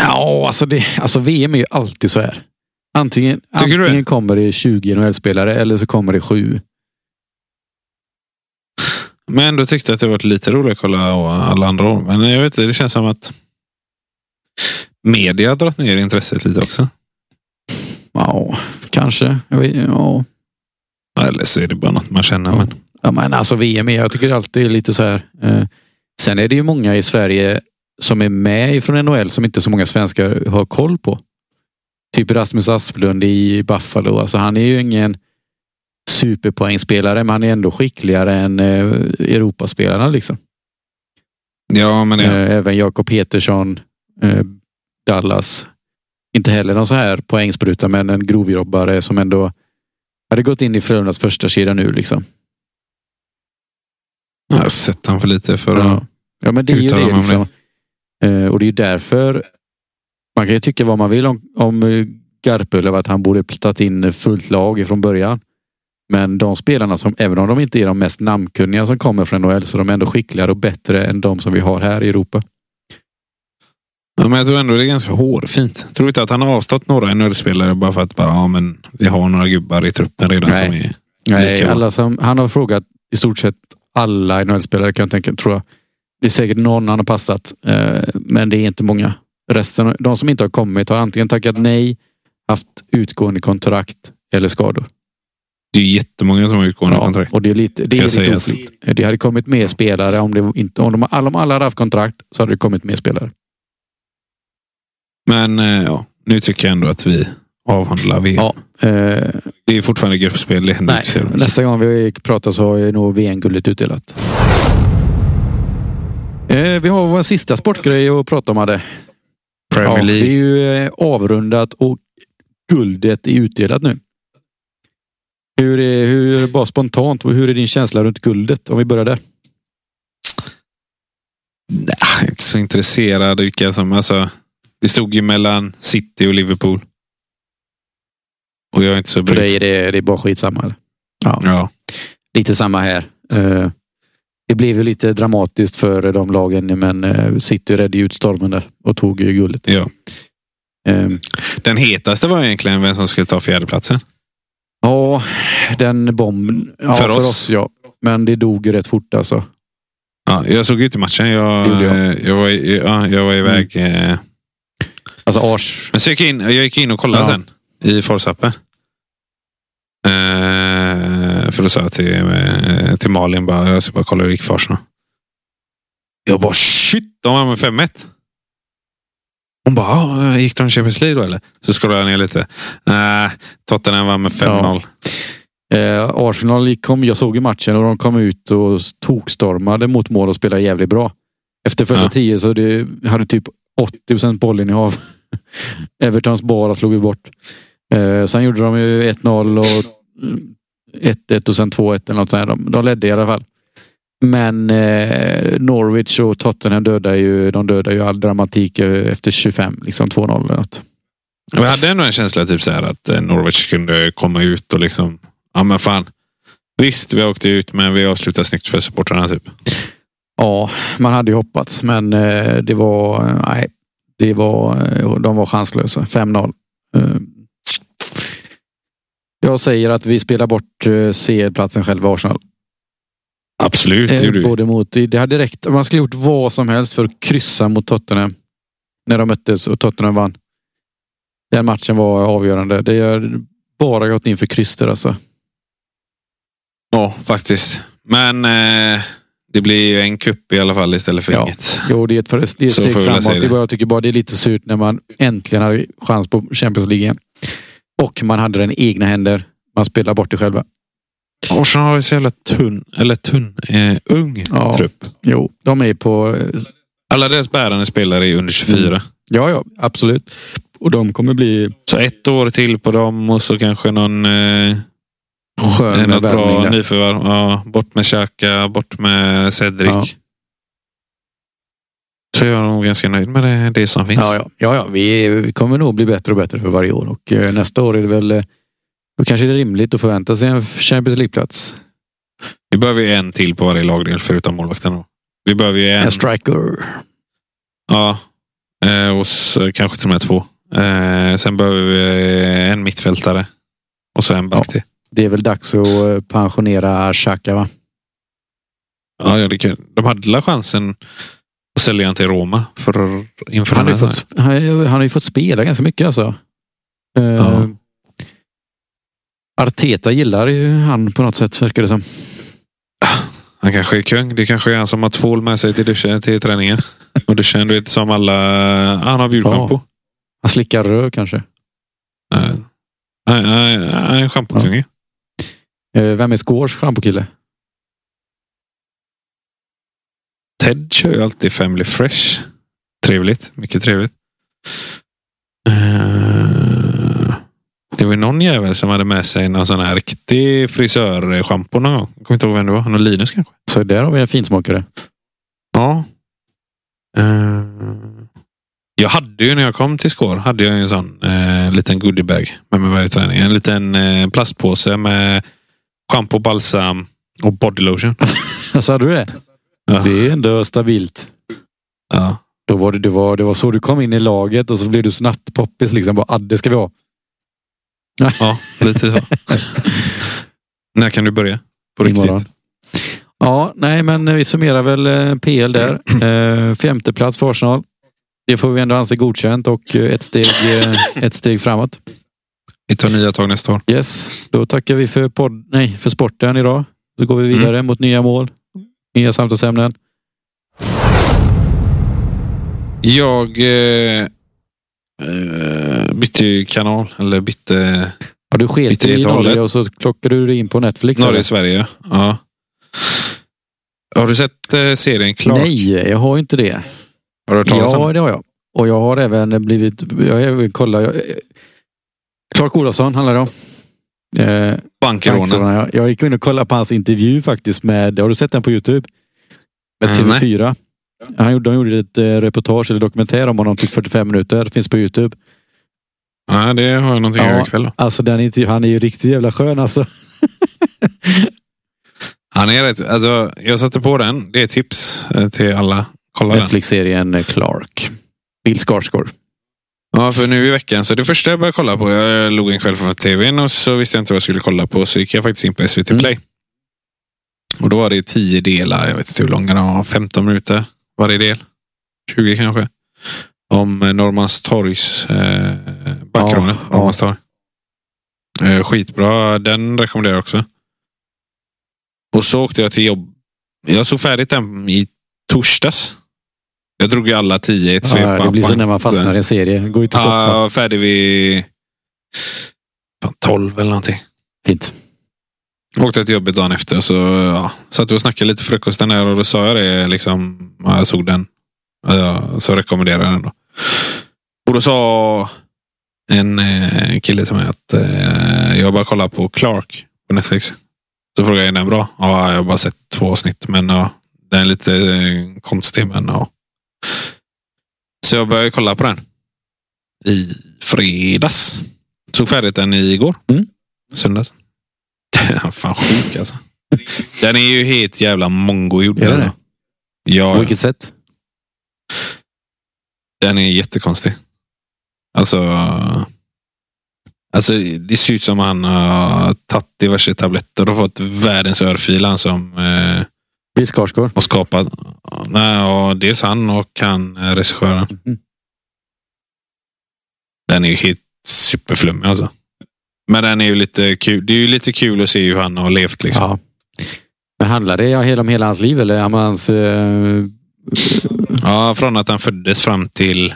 Speaker 1: Ja, alltså, det, alltså VM är ju alltid så här. Antingen,
Speaker 2: Tycker du
Speaker 1: antingen kommer det 20 NHL-spelare eller så kommer det sju.
Speaker 2: Men ändå tyckte jag att det varit lite roligt att kolla och alla andra år. Men jag vet inte, det känns som att media har dragit ner intresset lite också.
Speaker 1: Ja, kanske. Jag vet, ja.
Speaker 2: Eller så är det bara något man känner. Men...
Speaker 1: ja, men alltså VM är, jag tycker alltid är lite så här. Eh, sen är det ju många i Sverige som är med ifrån NHL som inte så många svenskar har koll på. Typ Rasmus Asplund i Buffalo. Alltså han är ju ingen superpoängspelare men han är ändå skickligare än eh, Europaspelarna liksom.
Speaker 2: Ja, men det...
Speaker 1: Eh, Även Jakob Petersson, eh, Dallas. Inte heller någon så här poängspruta, men en grovjobbare som ändå hade gått in i Frölundas första kedja nu. Liksom.
Speaker 2: jag har sett han för lite för att...
Speaker 1: Ja. ja, men det är ju
Speaker 2: Uttalar
Speaker 1: det.
Speaker 2: man om
Speaker 1: Liksom. Eh, Och det är ju därför man kan ju tycka vad man vill om, om eh, Garpenlöv, att han borde tagit in fullt lag från början. Men de spelarna som, även om de inte är de mest namnkunniga som kommer från NHL, så de är ändå skickligare och bättre än de som vi har här i Europa.
Speaker 2: Ja, men jag tror ändå det är ganska hårfint. Tror du inte att han har avstått några NHL-spelare bara för att bara, ja, men vi har några gubbar i truppen redan
Speaker 1: Nej.
Speaker 2: som är...
Speaker 1: Nej,
Speaker 2: Lika bra.
Speaker 1: alla som, han har frågat i stort sett alla NHL-spelare kan jag tänka, tror jag. Det är säkert någon han har passat, eh, men det är inte många. Resten, de som inte har kommit har antingen tackat nej, haft utgående kontrakt eller skador.
Speaker 2: Det är ju jättemånga som har utgående
Speaker 1: Ja,
Speaker 2: kontrakt.
Speaker 1: och det är lite, det
Speaker 2: Ska
Speaker 1: är
Speaker 2: jag
Speaker 1: lite
Speaker 2: säga.
Speaker 1: oflyt. Det hade kommit mer spelare om, det inte, om, de, alla- om alla hade haft kontrakt så hade det kommit mer spelare.
Speaker 2: Men eh, ja, Nu tycker jag ändå att vi avhandlar VM.
Speaker 1: Ja. Eh,
Speaker 2: Det är fortfarande gruppspel. Det händer
Speaker 1: nej,
Speaker 2: inte så jävla mycket.
Speaker 1: nästa gång vi pratar så har jag nog VM-guldet utdelat. Eh, vi har vår sista sportgrej att prata om. Hade. Ja,
Speaker 2: Premier
Speaker 1: det är
Speaker 2: League.
Speaker 1: ju eh, avrundat och guldet är utdelat nu. Hur är, hur, bara spontant, hur är din känsla runt guldet? Om vi börjar där.
Speaker 2: Nej, jag är inte så intresserad. Vilka som, alltså, det stod ju mellan City och Liverpool. Och jag är inte så
Speaker 1: För
Speaker 2: brydd.
Speaker 1: dig är det, det är bara skitsamma. Eller?
Speaker 2: Ja.
Speaker 1: Lite samma här. Eh, Det blev ju lite dramatiskt för de lagen, men eh, City räddade ju ut stormen där och tog ju guldet.
Speaker 2: Ja.
Speaker 1: Eh,
Speaker 2: Den hetaste var egentligen vem som skulle ta fjärdeplatsen.
Speaker 1: Ja, den bomben. Ja,
Speaker 2: För
Speaker 1: för,
Speaker 2: oss.
Speaker 1: oss. ja. Men det dog ju rätt fort alltså.
Speaker 2: Ja, jag såg ut i matchen.
Speaker 1: Det
Speaker 2: Jag,
Speaker 1: gjorde jag. Mm.
Speaker 2: eh, jag, var, i- ja, jag var iväg. eh,
Speaker 1: Alltså Ars.
Speaker 2: Men så gick jag, in, jag gick in och kollade
Speaker 1: Ja.
Speaker 2: sen i Forsappen. Eh, för då sa jag till, eh, till Malin bara, jag ska bara kolla hur det gick för Arsenal. Jag bara shit, de vann med 5-1. Hon bara, "Ah, gick de Champions League då eller? Så scrollade jag ner lite. Nej, Tottenham vann med 5-0.
Speaker 1: Eh, Arsenal gick- kom, jag såg ju matchen och de kom ut och s- tokstormade mot mål och spelade jävligt bra. Efter första
Speaker 2: Ja.
Speaker 1: tio så det, hade typ 80 procent bollinnehav. Evertons bara slog ju bort. Eh, sen gjorde de ju 1-0 och mm, 1-1 och sen 2-1 eller något sånt. här. De, de ledde i alla fall. Men eh, Norwich och Tottenham dödar ju, de dödar ju all dramatik eh, efter 25, liksom 2-0 eller något.
Speaker 2: Och Jag hade ändå en känsla typ så här att eh, Norwich kunde komma ut och liksom, ja men fan. Visst, vi åkte ut men vi avslutade snyggt för supportrarna typ.
Speaker 1: Ja, man hade ju hoppats, men eh, det var... eh, Nej, det var, eh, de var chanslösa. 5-0. Eh, Jag säger att vi spelar bort eh, C-platsen själva, Arsenal.
Speaker 2: Absolut, det
Speaker 1: Eh,
Speaker 2: gjorde vi.
Speaker 1: Både mot, det hade räckt. Man skulle gjort vad som helst för att kryssa mot Tottenham. När de möttes och Tottenham vann. Den matchen var avgörande. Det har bara gått in för kryss där alltså.
Speaker 2: Ja, faktiskt. Men eh, det blir ju en kupp i alla fall istället för
Speaker 1: Ja.
Speaker 2: inget.
Speaker 1: Jo, det är ett, för, det är ett
Speaker 2: Så
Speaker 1: steg
Speaker 2: får vi väl
Speaker 1: framåt.
Speaker 2: säga
Speaker 1: Det.
Speaker 2: det.
Speaker 1: är bara- Jag tycker bara det är lite surt när man äntligen hade chans på Champions League igen. Och man hade den i egna händer. Man spelar bort det själva.
Speaker 2: Arsenal har ju så jävla tunn, eller tunn, eh, ung
Speaker 1: Ja.
Speaker 2: trupp.
Speaker 1: Jo, de är på...
Speaker 2: Alla deras bärande spelare är under 24.
Speaker 1: Mm. Ja, ja, absolut. Och de kommer bli
Speaker 2: Så ett år till på dem och så kanske någon eh,
Speaker 1: sköna
Speaker 2: något bra
Speaker 1: värvningar.
Speaker 2: nyförvärv. Ja, bort med Xhaka, bort med Cedric.
Speaker 1: Ja.
Speaker 2: Så jag är nog ganska nöjd med det, det som finns.
Speaker 1: Ja, ja. ja, ja. Vi, vi kommer nog bli bättre och bättre för varje år. Och eh, nästa år är det väl... eh, Då kanske det är rimligt att förvänta sig en Champions League-plats.
Speaker 2: Vi behöver ju en till på varje lagdel förutom målvakten. då. Vi behöver ju en.
Speaker 1: En striker.
Speaker 2: Ja, eh, och så, kanske till och med två. Eh, sen behöver vi eh, en mittfältare och så en back till.
Speaker 1: Det är väl dags att eh, pensionera Xhaka, va?
Speaker 2: Ja, ja, det kan, de hade la chansen att sälja han till Roma för, inför
Speaker 1: Han har,
Speaker 2: den
Speaker 1: ju
Speaker 2: här.
Speaker 1: fått, sp- han, har ju- han har ju fått spela ganska mycket alltså. Eh,
Speaker 2: Ja.
Speaker 1: Arteta gillar ju han på något sätt verkar det som.
Speaker 2: Han kanske är kung. Det kanske är han som har tvål med sig till, duschen, till träningen. Och duschen, du vet, som alla... Han har bjudschampo.
Speaker 1: Han slickar röv kanske.
Speaker 2: Eh, Han han- han är en schampokung. ju.
Speaker 1: Eh, vem är Scores schampokille?
Speaker 2: Ted kör ju alltid Family Fresh. Trevligt. Mycket trevligt. Eh, Det var ju någon jävel som hade med sig någon sån här riktig frisörschampo någon gång. Jag kommer inte ihåg vem det var. Någon Linus kanske?
Speaker 1: Så där har vi en finsmakare.
Speaker 2: Ja. Eh, Jag hade ju när jag kom till Skår, hade jag ju en sån eh, liten goodiebag med mig varje träning. En liten eh, plastpåse med schampo, balsam och bodylotion.
Speaker 1: Sa du det?
Speaker 2: Ja.
Speaker 1: Det är ändå stabilt.
Speaker 2: Ja.
Speaker 1: Då var det, det, var, det var så du kom in i laget och så blev du snabbt poppis. Liksom. Bara, "Ah, det ska vi ha.
Speaker 2: Ja, lite så. När kan du börja? På riktigt?
Speaker 1: Imorgon. Ja, nej, men eh, vi summerar väl eh, PL där. Eh, femte plats för Arsenal. Det får vi ändå anse godkänt och eh, ett steg, eh, ett steg framåt.
Speaker 2: Vi tar nya tag nästa år.
Speaker 1: Yes, då tackar vi för, podd, nej, för sporten idag. Då går vi vidare mot nya mål, nya samtalsämnen.
Speaker 2: Jag eh, eh, bytte ju kanal. Eller bytte
Speaker 1: Ja, du sket
Speaker 2: Lite
Speaker 1: i
Speaker 2: helt och
Speaker 1: Norge
Speaker 2: hållet.
Speaker 1: och så klockade du dig in på Netflix. eller?
Speaker 2: Norge-Sverige. Ja. Har du sett eh, serien Clark?
Speaker 1: Nej, jag har ju inte det.
Speaker 2: Har du hört talas om
Speaker 1: Ja,
Speaker 2: den?
Speaker 1: det har jag. Och jag har även blivit... Jag har även kollat... Jag, eh, Clark Olofsson handlar det om. Eh,
Speaker 2: Bankrånen.
Speaker 1: Bankrånarna, ja. Jag gick in och kollade på hans intervju faktiskt med, har du sett den på Youtube? Med
Speaker 2: Mm, nej.
Speaker 1: TV4. Han gjorde, de gjorde ett eh, reportage eller dokumentär om honom, typ 45 minuter, finns på Youtube.
Speaker 2: Ja, det har jag någonting att
Speaker 1: Ja.
Speaker 2: göra ikväll. då.
Speaker 1: Alltså den intervjun, han är ju riktigt jävla skön alltså.
Speaker 2: Han är rätt, alltså, jag satte på den. Det är tips eh, till alla. Kolla den.
Speaker 1: Netflix-serien eh, Clark. Bill Skarsgård.
Speaker 2: Ja, för nu i veckan. Så det första jag började kolla på. Jag log en kväll från tvn och så visste jag inte vad jag skulle kolla på. Så gick jag faktiskt in på SVT
Speaker 1: Mm.
Speaker 2: Play. Och då var det tio delar. Jag vet inte hur långa de var. 15 minuter varje del. 20 kanske. Om eh, Norrmalmstorgs eh, bankrånet.
Speaker 1: Ja, ja.
Speaker 2: Norrmalmstorg. Eh, skitbra. Den rekommenderar jag också. Och så åkte jag till jobb. Jag såg färdigt den i torsdags. Jag drog ju alla tio i ett svep.
Speaker 1: Ja, det blir så när man fastnar i en serie. Det går ju inte att
Speaker 2: Ja, jag
Speaker 1: stoppa.
Speaker 2: var färdig vid fan, 12 eller någonting.
Speaker 1: Fint.
Speaker 2: Åkte till jobbet dagen efter. Så ja, satt vi och snackade lite frukosten där och då sa jag det. Liksom, ja, jag såg den. Ja, så rekommenderade jag den. Då. Och då sa en eh, kille till mig att eh, jag bara kollar på Clark på Netflix. Så frågade jag, är den bra? Ja, jag har bara sett två avsnitt, men ja, den är lite eh, konstig. Men, ja. Så jag började kolla på den i fredags. Såg färdigt den igår.
Speaker 1: Mm.
Speaker 2: Söndags. Fan sjuk alltså. Den är ju helt jävla mongogjord.
Speaker 1: Mm. Är den
Speaker 2: Alltså. Ja,
Speaker 1: På vilket sätt?
Speaker 2: den är jättekonstig. Alltså, alltså det ser ut som han har tagit diverse tabletter och fått världens örfil. Han som eh,
Speaker 1: Bill Skarsgård.
Speaker 2: har skapat. Nej, ja, dels han och han eh, regissören.
Speaker 1: Mhm.
Speaker 2: Den är ju helt superflummig alltså. Men den är ju lite kul. Det är ju lite kul att se hur han har levt. Liksom.
Speaker 1: Ja. Men handlar det ja, hela- om hela hans liv eller om hans... eh,
Speaker 2: Ja, från att han föddes fram till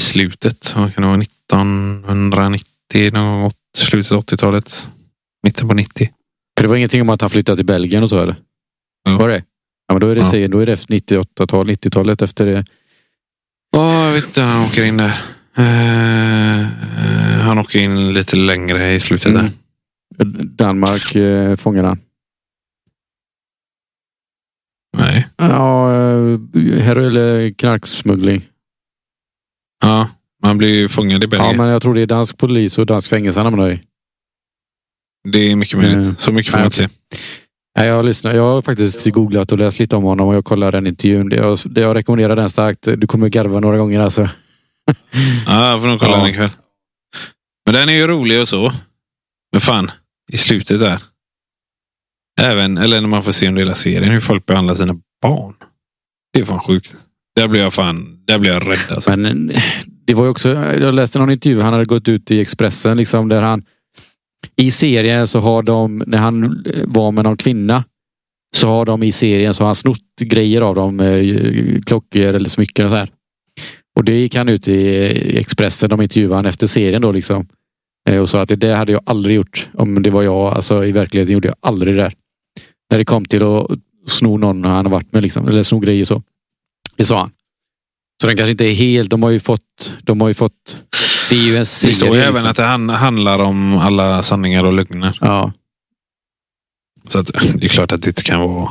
Speaker 2: slutet. Vad kan det vara? 1990, någon gång, slutet av 80-talet. Mitten på 90.
Speaker 1: För det var ingenting om att han flyttade till Belgien och så eller?
Speaker 2: Jo.
Speaker 1: Var det? Ja, men då är det,
Speaker 2: Ja.
Speaker 1: sen- då är det efter 98-tal, 90-talet efter det.
Speaker 2: Ja, jag vet inte. Han åker in där. Eh, eh, han åker in lite längre i slutet där.
Speaker 1: Mm. Danmark eh, fångade han.
Speaker 2: Nej.
Speaker 1: Ja, eh, hero eller knarksmuggling.
Speaker 2: Ja, man blir ju fångad i
Speaker 1: Ja,
Speaker 2: Belgien.
Speaker 1: men jag tror det är dansk polis och dansk fängelse han hamnade i.
Speaker 2: Det är mycket möjligt.
Speaker 1: Mm.
Speaker 2: Så mycket får man inte se.
Speaker 1: Nej, jag, lyssnar, jag har faktiskt googlat och läst lite om honom och jag kollar den intervjun. Det- Jag, det- jag rekommenderar den starkt. Du kommer garva några gånger alltså.
Speaker 2: Ja, jag får nog kolla
Speaker 1: Ja.
Speaker 2: den ikväll. Men den är ju rolig och så. Men fan, i slutet där. Även, eller när man får se under hela serien hur folk behandlar sina barn. Det är fan sjukt. Där blir jag fan, där blir jag rädd alltså.
Speaker 1: Men eh, det var ju också, jag läste någon intervju, han hade gått ut i Expressen liksom där han i serien så har de, när han eh, var med någon kvinna så har de i serien så har han snott grejer av dem, eh, klockor eller smycken och så här. Och det gick han ut i eh, i Expressen, de intervjuade han efter serien då liksom. Eh, Och sa att det där hade jag aldrig gjort om det var jag, alltså i verkligheten gjorde jag aldrig det där. När det kom till att sno någon han har varit med liksom, eller sno grejer så. Det sa han. Så den kanske inte är helt, de har ju fått, de har ju fått, det är ju en serie.
Speaker 2: Det står ju även
Speaker 1: liksom.
Speaker 2: att det han- handlar om alla sanningar och lögner.
Speaker 1: Ja,
Speaker 2: Så att, det är klart att det inte kan vara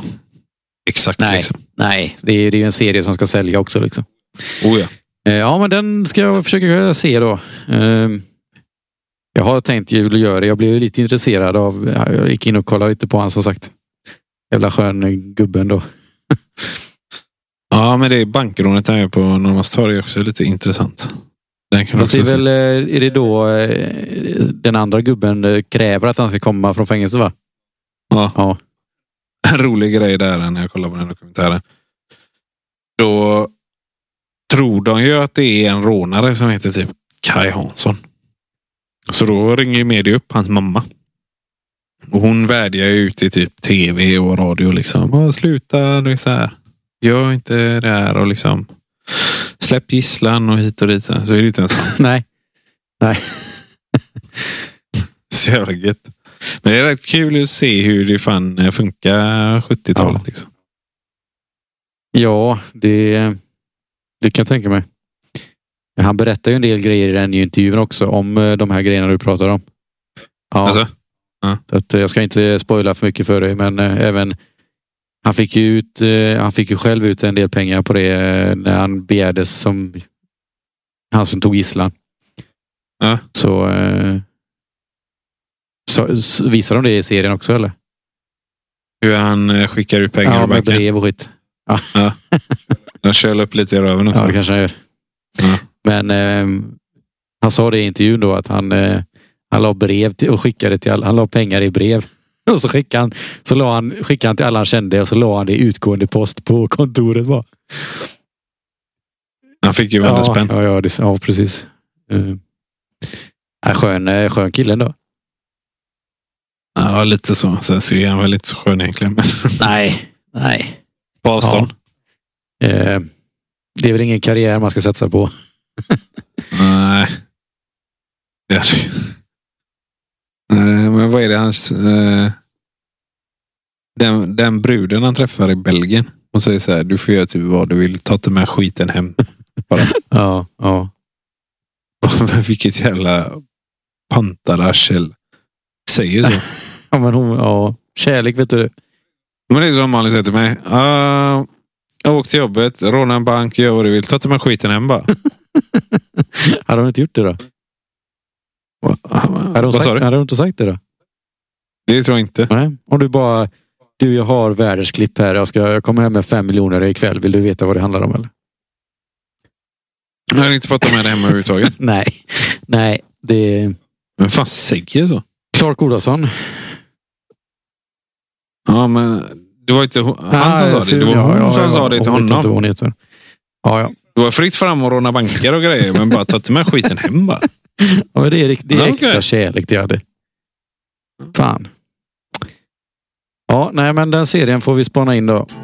Speaker 2: exakt
Speaker 1: Nej.
Speaker 2: liksom.
Speaker 1: nej, det är det är ju en serie som ska sälja också liksom.
Speaker 2: Oh, ja.
Speaker 1: Eh, Ja, men den ska jag försöka se då. Eh, Jag har tänkt ju göra det. Jag blev ju lite intresserad av, ja, jag gick in och kollade lite på han som sagt. Jävla skön eh, gubben då.
Speaker 2: ja, men det är bankrånet han gör på Norrmalmstorg är också lite intressant. Den kan du
Speaker 1: Fast det
Speaker 2: också
Speaker 1: är
Speaker 2: se.
Speaker 1: väl, eh, är det då eh, den andra gubben eh, kräver att han ska komma från fängelse va?
Speaker 2: Ja.
Speaker 1: Ja.
Speaker 2: En rolig grej där när jag kollar på den dokumentären. Då tror de ju att det är en rånare som heter typ Kai Hansson. Så då ringer ju media upp hans mamma. Och hon vädjar ju ut i typ tv och radio liksom. "Åh, Sluta, det är så här. Gör inte det här och liksom. Släpp gisslan och hit och dit. Så är det ju inte ens han.
Speaker 1: Nej.
Speaker 2: Så jävla gött. Men det är rätt kul att se hur det fan eh, funkar 70-talet.
Speaker 1: Ja.
Speaker 2: Liksom.
Speaker 1: Ja, det, det kan jag tänka mig. Han berättar ju en del grejer i den intervjun också om eh, de här grejerna du pratar om. Ja,
Speaker 2: Alltså,
Speaker 1: så att, eh, jag ska inte spoila för mycket för dig, men eh, även han fick, ju ut, eh, han fick ju själv ut en del pengar på det eh, när han begärdes som han som tog gisslan.
Speaker 2: Ja.
Speaker 1: Så, eh, så s- visar de det i serien också eller?
Speaker 2: hur han eh, skickar ut pengar
Speaker 1: Ja,
Speaker 2: och
Speaker 1: med
Speaker 2: banken.
Speaker 1: brev och skit.
Speaker 2: De kör upp lite i röven också.
Speaker 1: Ja, det kanske han gör.
Speaker 2: Mm. Ja.
Speaker 1: Men eh, han sa det i intervjun då att han, eh, han la brev till, och skickade till alla. Han la pengar i brev. Och så skickade han, så la han, skickade han till alla han kände och så la han det i utgående post på kontoret. Bara.
Speaker 2: Han fick ju
Speaker 1: Ja,
Speaker 2: Anders spänn.
Speaker 1: ja, ja, det, ja, precis. Uh, skön, eh, skön kille då.
Speaker 2: Ja, lite så. Sen så är han väl inte så skön egentligen. Men
Speaker 1: Nej, nej.
Speaker 2: på avstånd.
Speaker 1: Eh, det är väl ingen karriär man ska satsa på.
Speaker 2: Nej. Det är det ju. Nej, Men vad är det hans... eh, Den, den bruden han träffar i Belgien. Hon säger så här, du får göra typ vad du vill. Ta inte med skiten hem.
Speaker 1: Ja, ja.
Speaker 2: Men Vilket jävla pantararsel. Säger så.
Speaker 1: ja men hon, ja. Kärlek vet du.
Speaker 2: Men det är som Malin säger till mig. Uh, jag åker till jobbet, rånar en bank, gör vad du vill. Ta inte med skiten hem bara.
Speaker 1: Hade hon inte gjort det då? Hade hon,
Speaker 2: Vad sa
Speaker 1: sagt,
Speaker 2: du?
Speaker 1: hade hon inte sagt det då?
Speaker 2: Det tror jag inte.
Speaker 1: Nej, om du bara... Du, jag har världens klipp här. Jag, ska, jag kommer hem med fem miljoner ikväll. Vill du veta vad det handlar om? eller?
Speaker 2: Jag har inte fått ta med det hem överhuvudtaget.
Speaker 1: Nej, nej. Det är
Speaker 2: Men fan säger så?
Speaker 1: Clark Olofsson.
Speaker 2: Ja, men det var inte hon- han som sa det. Det var
Speaker 1: Ah, Ja,
Speaker 2: hon
Speaker 1: ja,
Speaker 2: som
Speaker 1: ja,
Speaker 2: sa det till
Speaker 1: hon vet inte
Speaker 2: honom.
Speaker 1: vad hon heter. Ja, ja.
Speaker 2: Det var fritt fram att råna banker och grejer, men bara ta inte med skiten hem bara.
Speaker 1: ja men det är, rikt- det är
Speaker 2: Ja, okej.
Speaker 1: extra kärlek det hade. Fan. Ja, nej, men den serien får vi spana in då.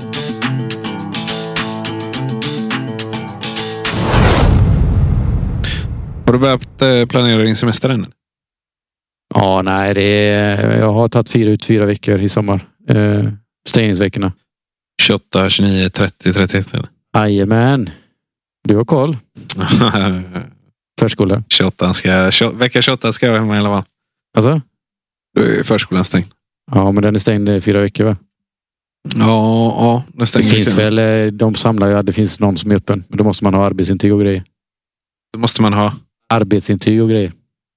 Speaker 2: Har du börjat eh, planera din semester än?
Speaker 1: Ja, nej, det är, jag har tagit fyra ut fyra veckor i sommar. Eh, stängningsveckorna.
Speaker 2: 28, 29, 30, 31 eller?
Speaker 1: Jajamän. Du har koll. Förskola.
Speaker 2: 28 ska, 28, vecka 28 ska jag vara hemma i alla fall.
Speaker 1: Alltså?
Speaker 2: Då är förskolan stängd.
Speaker 1: Ja, men den är stängd i fyra veckor va?
Speaker 2: Ja, ja. Nu
Speaker 1: Det
Speaker 2: stänger vi
Speaker 1: finns
Speaker 2: sen.
Speaker 1: väl, eh, de samlar ju, det finns någon som är öppen. Men då måste man ha arbetsintyg och grejer.
Speaker 2: Då måste man ha
Speaker 1: Arbetsintyg och grejer.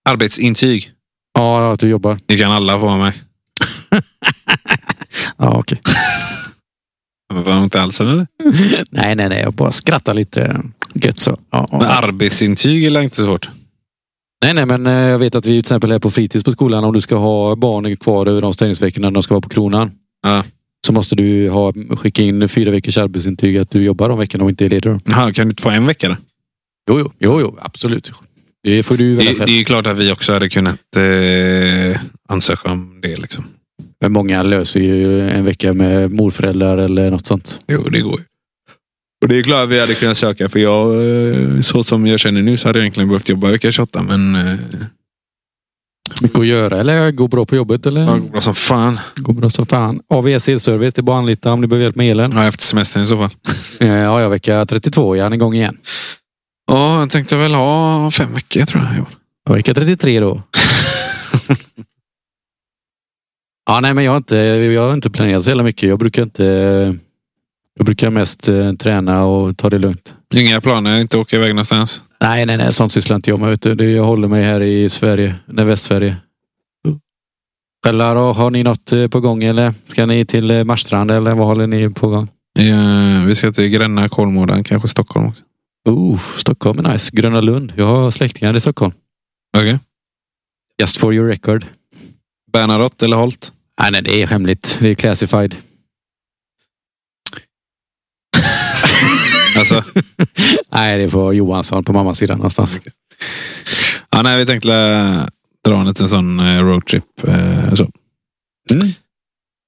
Speaker 2: arbetsintyg.
Speaker 1: Ja, ja, att du jobbar.
Speaker 2: Det kan alla få av mig.
Speaker 1: Ja, okej.
Speaker 2: Men var inte alls eller?
Speaker 1: nej, nej, nej. Jag bara skrattar lite. Gött så. Ja,
Speaker 2: Men
Speaker 1: ja.
Speaker 2: arbetsintyg är inte svårt.
Speaker 1: Nej, nej, men eh, jag vet att vi till exempel är på fritids på skolan. Om du ska ha barnen kvar över de stängningsveckorna när de ska vara på kronan.
Speaker 2: Ja.
Speaker 1: Så måste du ha, skicka in fyra veckors arbetsintyg att du jobbar de veckorna och inte är ledig. då.
Speaker 2: Jaha, kan du inte få en vecka då?
Speaker 1: Jo, jo, jo, jo absolut. Det får du välja
Speaker 2: Det, det
Speaker 1: själv.
Speaker 2: är ju klart att vi också hade kunnat eh, ansöka om det. Liksom.
Speaker 1: Men många löser ju en vecka med morföräldrar eller något sånt.
Speaker 2: Jo, det går ju. Och det är klart att vi hade kunnat söka. För jag, eh, så som jag känner nu så hade jag egentligen behövt jobba vecka 28. Men eh,
Speaker 1: Mycket att göra eller går bra på jobbet eller?
Speaker 2: det går bra som fan.
Speaker 1: Går bra som fan. AVS elservice, det är bara att anlita om du behöver hjälp med elen.
Speaker 2: Ja, efter semestern i så fall.
Speaker 1: Eh, Ja, jag vecka 32 är han igång igen.
Speaker 2: Ja, jag tänkte väl ha fem veckor tror jag. i år.
Speaker 1: Ja, Vecka 33 då. ja, nej, men jag har, inte, jag har inte planerat så jävla mycket. Jag brukar inte... Jag brukar mest eh, träna och ta det lugnt.
Speaker 2: Inga planer, inte åka iväg någonstans.
Speaker 1: Nej, nej, nej, sånt sysslar inte jag med. vet du. Det- Jag håller mig här i Sverige, nej, Västsverige. Själva då, har ni något eh, på gång eller? Ska ni till eh, Marstrand eller vad håller ni på gång?
Speaker 2: Eh, vi ska till Gränna, Kolmården, kanske Stockholm också.
Speaker 1: Oh, Stockholm är nice. Gröna Lund. Jag har släktingar i Stockholm.
Speaker 2: Okej.
Speaker 1: Just for your record.
Speaker 2: Bernadotte eller Holt?
Speaker 1: Nej, nej, det är skämligt. Det är classified.
Speaker 2: Alltså,
Speaker 1: Nej, det är på Johansson på mammas sida någonstans.
Speaker 2: ja, nej, vi tänkte eh, dra en liten sån eh, roadtrip. Eh, så.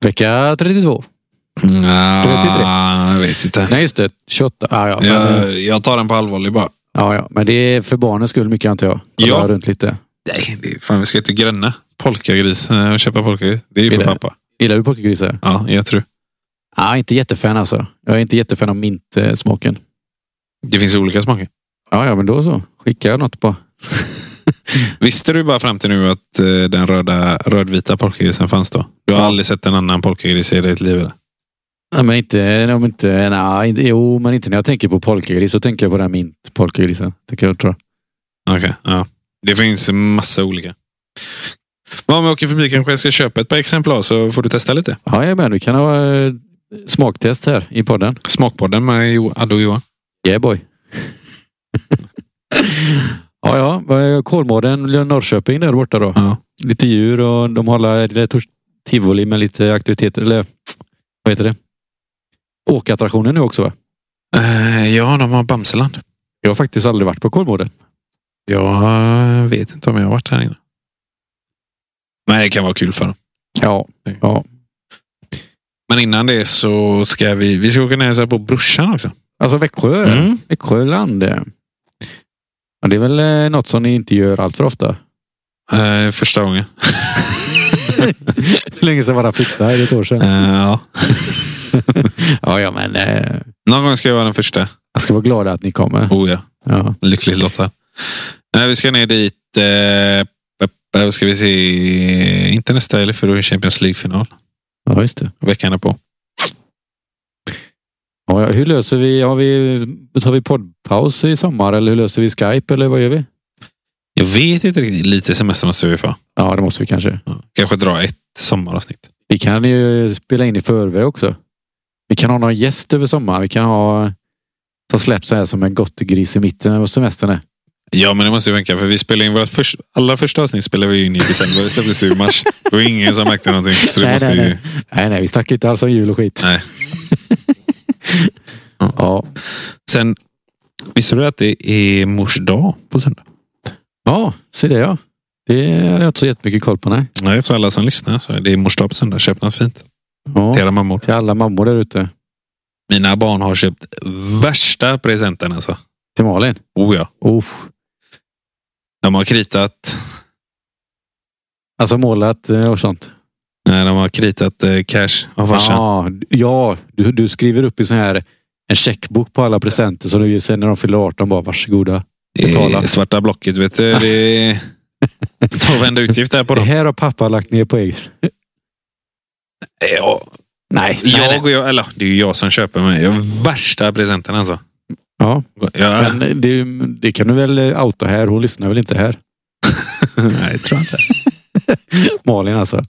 Speaker 1: Vecka 32.
Speaker 2: Nja,
Speaker 1: 33.
Speaker 2: Ah, Jag vet inte.
Speaker 1: Nej, just det. 28. Ah, ja, men,
Speaker 2: Jag, jag tar den på allvarlig bara.
Speaker 1: ja, ja. men det är för barnens skull mycket antar jag.
Speaker 2: Ja.
Speaker 1: Kolla runt lite.
Speaker 2: Nej, det är, fan, vi ska inte gränna polkagris eh, och köpa polkagris. Det är
Speaker 1: Är
Speaker 2: ju för
Speaker 1: det?
Speaker 2: pappa.
Speaker 1: Gillar du polkagrisar?
Speaker 2: Ja, jag tror.
Speaker 1: Ah, inte jättefan alltså. Jag är inte jättefan av mintsmaken.
Speaker 2: Det finns olika smaker.
Speaker 1: Ah, Ja, ja, men då så. Skickar jag något på.
Speaker 2: Visste du bara fram till nu att eh, den röda, rödvita polkagrisen fanns då? Du har
Speaker 1: Ja.
Speaker 2: aldrig sett en annan polkagris i ditt liv? Eller?
Speaker 1: Nej, men inte, om inte, nej, inte, jo, men inte när jag tänker på polkagris så tänker jag på den här mintpolkagrisen. Tycker jag, tror jag.
Speaker 2: Okej, ja. Det finns massa olika. Men om jag åker förbi kanske jag ska köpa ett par exemplar så får du testa lite.
Speaker 1: Ja, jajamän, vi kan ha eh, smaktest här i podden.
Speaker 2: Smakpodden med Jo- Adde och Johan.
Speaker 1: Yeah boy. ja, ja. vad är Kolmården, Norrköping där borta då.
Speaker 2: Ja.
Speaker 1: Lite djur och de håller det är tors- tivoli med lite aktiviteter. Eller vad heter det? Åkattraktioner nu också va?
Speaker 2: Eh, ja, de har Bamseland.
Speaker 1: Jag har faktiskt aldrig varit på Kolmården.
Speaker 2: Jag eh, vet inte om jag har varit här innan. Men det kan vara kul för dem.
Speaker 1: Ja. ja.
Speaker 2: Men innan det så ska vi, vi ska åka ner och hälsa på brorsan också.
Speaker 1: Alltså Växjö.
Speaker 2: Mm.
Speaker 1: Växjöland. eh. Ja, det är väl eh, något som ni inte gör allt för ofta.
Speaker 2: Eh, första gången.
Speaker 1: Hur länge sedan var det att flytta? Är det ett år sedan?
Speaker 2: Eh, ja.
Speaker 1: Ja, ja men eh,
Speaker 2: Någon gång ska jag vara den första.
Speaker 1: jag ska vara glad att ni kommer.
Speaker 2: Oh ja,
Speaker 1: Ja.
Speaker 2: lyckligt lottad. Eh, vi ska ner dit. Eh, pe- pe- ska vi se. Inte nästa helg för då är det Champions League-final.
Speaker 1: ja, just det.
Speaker 2: Veckan är på.
Speaker 1: Ja, ja, hur löser vi, har vi, tar vi poddpaus i sommar eller hur löser vi Skype eller vad gör vi?
Speaker 2: Jag vet inte riktigt. Lite semester måste vi få.
Speaker 1: Ja, det måste vi kanske.
Speaker 2: Kanske dra ett sommaravsnitt.
Speaker 1: Vi kan ju spela in i förväg också. Vi kan ha någon gäst över sommaren. Vi kan ha ta släpp så här som en gottegris i mitten av semestern. är.
Speaker 2: Ja, men det måste vi tänka. För vi spelade in vårt först, alla första avsnitt spelade vi in i december. Det släpptes ju i mars. Det var ingen som märkte någonting. Så det
Speaker 1: Nej,
Speaker 2: måste
Speaker 1: nej,
Speaker 2: ju...
Speaker 1: nej. Nej, nej, vi snackar inte alls om jul och skit.
Speaker 2: Nej.
Speaker 1: ja.
Speaker 2: Sen, visste du att det är mors dag på söndag?
Speaker 1: ja, se det ja. Det har jag inte så jättemycket koll på. Nej.
Speaker 2: Nej, så alla som lyssnar. Så det är mors dag på söndag. Köp något fint
Speaker 1: Ja,
Speaker 2: till era mammor.
Speaker 1: till alla mammor där ute.
Speaker 2: Mina barn har köpt värsta presenten alltså.
Speaker 1: Till Malin.
Speaker 2: Oh ja.
Speaker 1: Uff.
Speaker 2: De har kritat,
Speaker 1: Alltså målat eh, och sånt.
Speaker 2: nej, de har kritat eh, cash av farsan.
Speaker 1: Ja, ja du, du skriver upp i sån här en checkbok på alla presenter så du sen när de fyller 18 bara varsågoda. betala.
Speaker 2: I svarta blocket vet du. Det är- står varenda utgift där på
Speaker 1: Det
Speaker 2: dem.
Speaker 1: här har pappa lagt ner på er.
Speaker 2: Eh, Ja,
Speaker 1: Nej,
Speaker 2: jag och jag, eller det är ju jag som köper mig. Jag har värsta presenten alltså.
Speaker 1: Ja,
Speaker 2: Jag,
Speaker 1: men det, det kan du väl outa här. Hon lyssnar väl inte här.
Speaker 2: nej, tror jag inte.
Speaker 1: Malin alltså.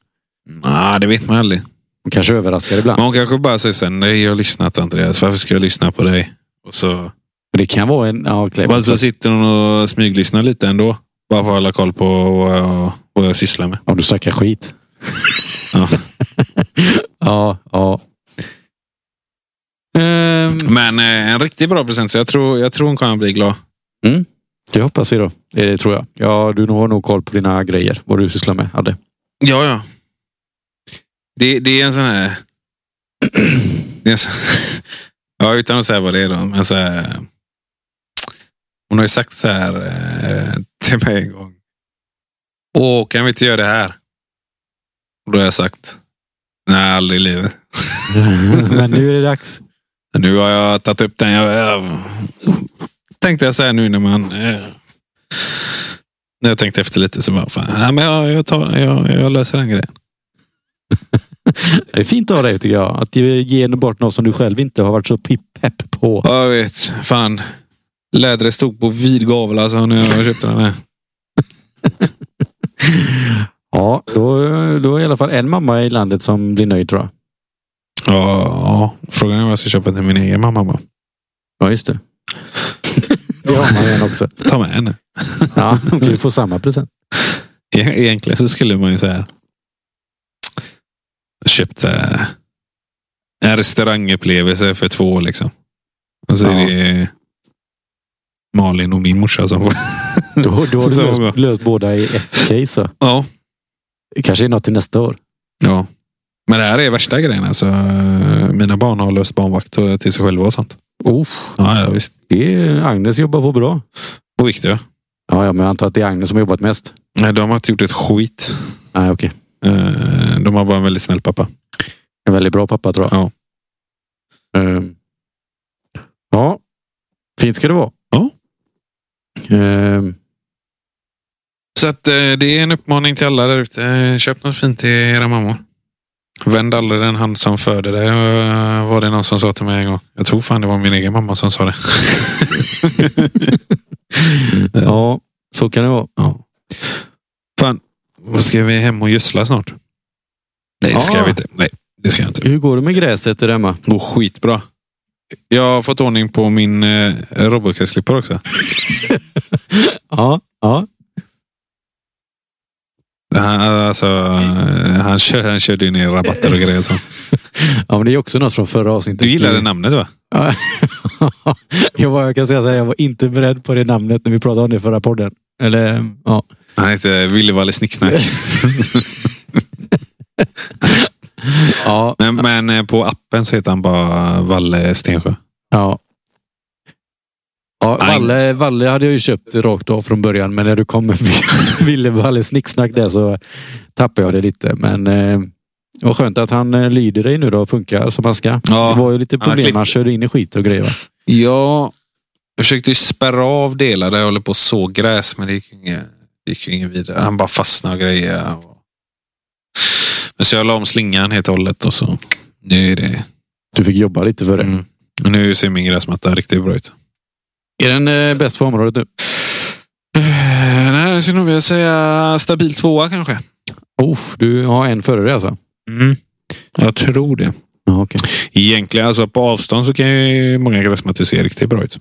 Speaker 2: Nej, det vet man aldrig.
Speaker 1: Hon kanske överraskar ibland.
Speaker 2: Men hon kanske bara säger sen, nej jag har lyssnat Andreas, varför ska jag lyssna på dig? Och så,
Speaker 1: Men Det kan vara en... Ja, okej.
Speaker 2: och så sitter hon och smyglyssnar lite ändå. Bara för att hålla koll på vad jag, vad jag sysslar med.
Speaker 1: Om du snackar skit.
Speaker 2: Ja.
Speaker 1: ja, ja. Ehm,
Speaker 2: Men eh, en riktigt bra present, så jag tror, jag tror hon kommer bli glad.
Speaker 1: det hoppas vi då. Det tror jag. Ja, du har nog koll på dina grejer. Vad du sysslar med, Adde.
Speaker 2: Ja, ja. Det, det är en sån här... Det är en sån, ja, utan att säga vad det är då. Men så här, hon har ju sagt så här eh, till mig en gång. Åh, kan vi inte göra det här? Och då har jag sagt, nej, aldrig i livet.
Speaker 1: Men nu är det dags.
Speaker 2: Nu har jag tagit upp den. Jag, jag, tänkte jag säga nu när man... Eh, när jag tänkte efter lite så bara, fan, nej, men jag, jag, tar, jag, jag löser den grejen.
Speaker 1: Det är fint av dig tycker jag. Att ge ge bort något som du själv inte har varit så pipp- pepp på.
Speaker 2: Ja, Jag vet, fan. Lädret stod på vid gavel alltså när jag köpte den här.
Speaker 1: Ja, då, då är i alla fall en mamma i landet som blir nöjd tror jag.
Speaker 2: Ja, ja. frågan är vad jag ska köpa till min egen mamma. bara.
Speaker 1: Ja, just det. Det har man en också.
Speaker 2: Ta med henne.
Speaker 1: Ja, hon kan ju få samma present.
Speaker 2: E- Egentligen så skulle man ju säga köpt eh, en restaurangupplevelse för två liksom. Och så
Speaker 1: Ja.
Speaker 2: är det Malin och min morsa som får.
Speaker 1: Då, då har
Speaker 2: Så
Speaker 1: du
Speaker 2: bra.
Speaker 1: löst, löst båda i ett case. Så.
Speaker 2: Ja.
Speaker 1: Det kanske är något till nästa år.
Speaker 2: ja. Men det här är värsta grejen. Alltså, mina barn har löst barnvakt och- till sig själva och sånt.
Speaker 1: Uff,
Speaker 2: Ja, ja visst.
Speaker 1: det är, Agnes jobbar på bra.
Speaker 2: Och viktiga.
Speaker 1: Ja, ja, men jag antar att det är Agnes som har jobbat mest.
Speaker 2: Nej, de har inte gjort ett skit.
Speaker 1: Nej, okej.
Speaker 2: Eh, De har bara en väldigt snäll pappa.
Speaker 1: En väldigt bra pappa tror jag.
Speaker 2: Ja.
Speaker 1: Ehm. Ja, fint ska det vara.
Speaker 2: Ja.
Speaker 1: Ehm,
Speaker 2: Så att, eh, det är en uppmaning till alla där ute. Eh, Köp något fint till era mammor. Vänd aldrig den hand som föder dig. eh, Var det någon som sa till mig en gång. Jag tror fan det var min egen mamma som sa det.
Speaker 1: ja, så kan det vara.
Speaker 2: Ja. Fan, vad ska vi hem och gödsla snart? Nej, det ska
Speaker 1: Ja.
Speaker 2: vi inte. Nej, det ska jag inte.
Speaker 1: Hur går det med gräset där hemma?
Speaker 2: Det går skitbra. Jag har fått ordning på min eh, robotgräsklippare också.
Speaker 1: Ja, ja.
Speaker 2: Han, alltså, eh, han, kör, han körde ju ner rabatter och grejer. och Så.
Speaker 1: ja men det är också något från förra avsnittet.
Speaker 2: Du gillade namnet va?
Speaker 1: Ja. jag, var, jag kan säga så här, jag var inte beredd på det namnet när vi pratade om det i förra podden. Eller, ja.
Speaker 2: Han hette Willevalle Snicksnack.
Speaker 1: Ja,
Speaker 2: Nej, men eh, på appen så heter han bara Valle Stensjö.
Speaker 1: Ja. Ja,
Speaker 2: Nej.
Speaker 1: Valle, Valle hade jag ju köpt rakt av från början, men när du kom med Ville Valle snicksnack där så tappade jag det lite. Men eh, det var skönt att han eh, lyder dig nu då och funkar som han ska. Det
Speaker 2: Ja,
Speaker 1: var ju lite
Speaker 2: han har
Speaker 1: problem.
Speaker 2: klippt.
Speaker 1: Han körde in i skit och grejer. Va?
Speaker 2: jag försökte ju spärra av delar där jag håller på och så gräs, men det gick ju inget, det gick ju inget vidare. Han bara fastnade och grejer. Men så jag la om slingan helt och hållet och så nu är det...
Speaker 1: Du fick jobba lite för det.
Speaker 2: Mm. Och Nu ser min gräsmatta riktigt bra ut.
Speaker 1: Är den eh, bäst på området nu?
Speaker 2: Eh, Nej, jag skulle nog vilja säga stabil tvåa kanske.
Speaker 1: Oh, du har en före det alltså?
Speaker 2: Mm. Jag tror det.
Speaker 1: Ja, okej.
Speaker 2: Egentligen, alltså på avstånd så kan ju många gräsmattor se riktigt bra ut.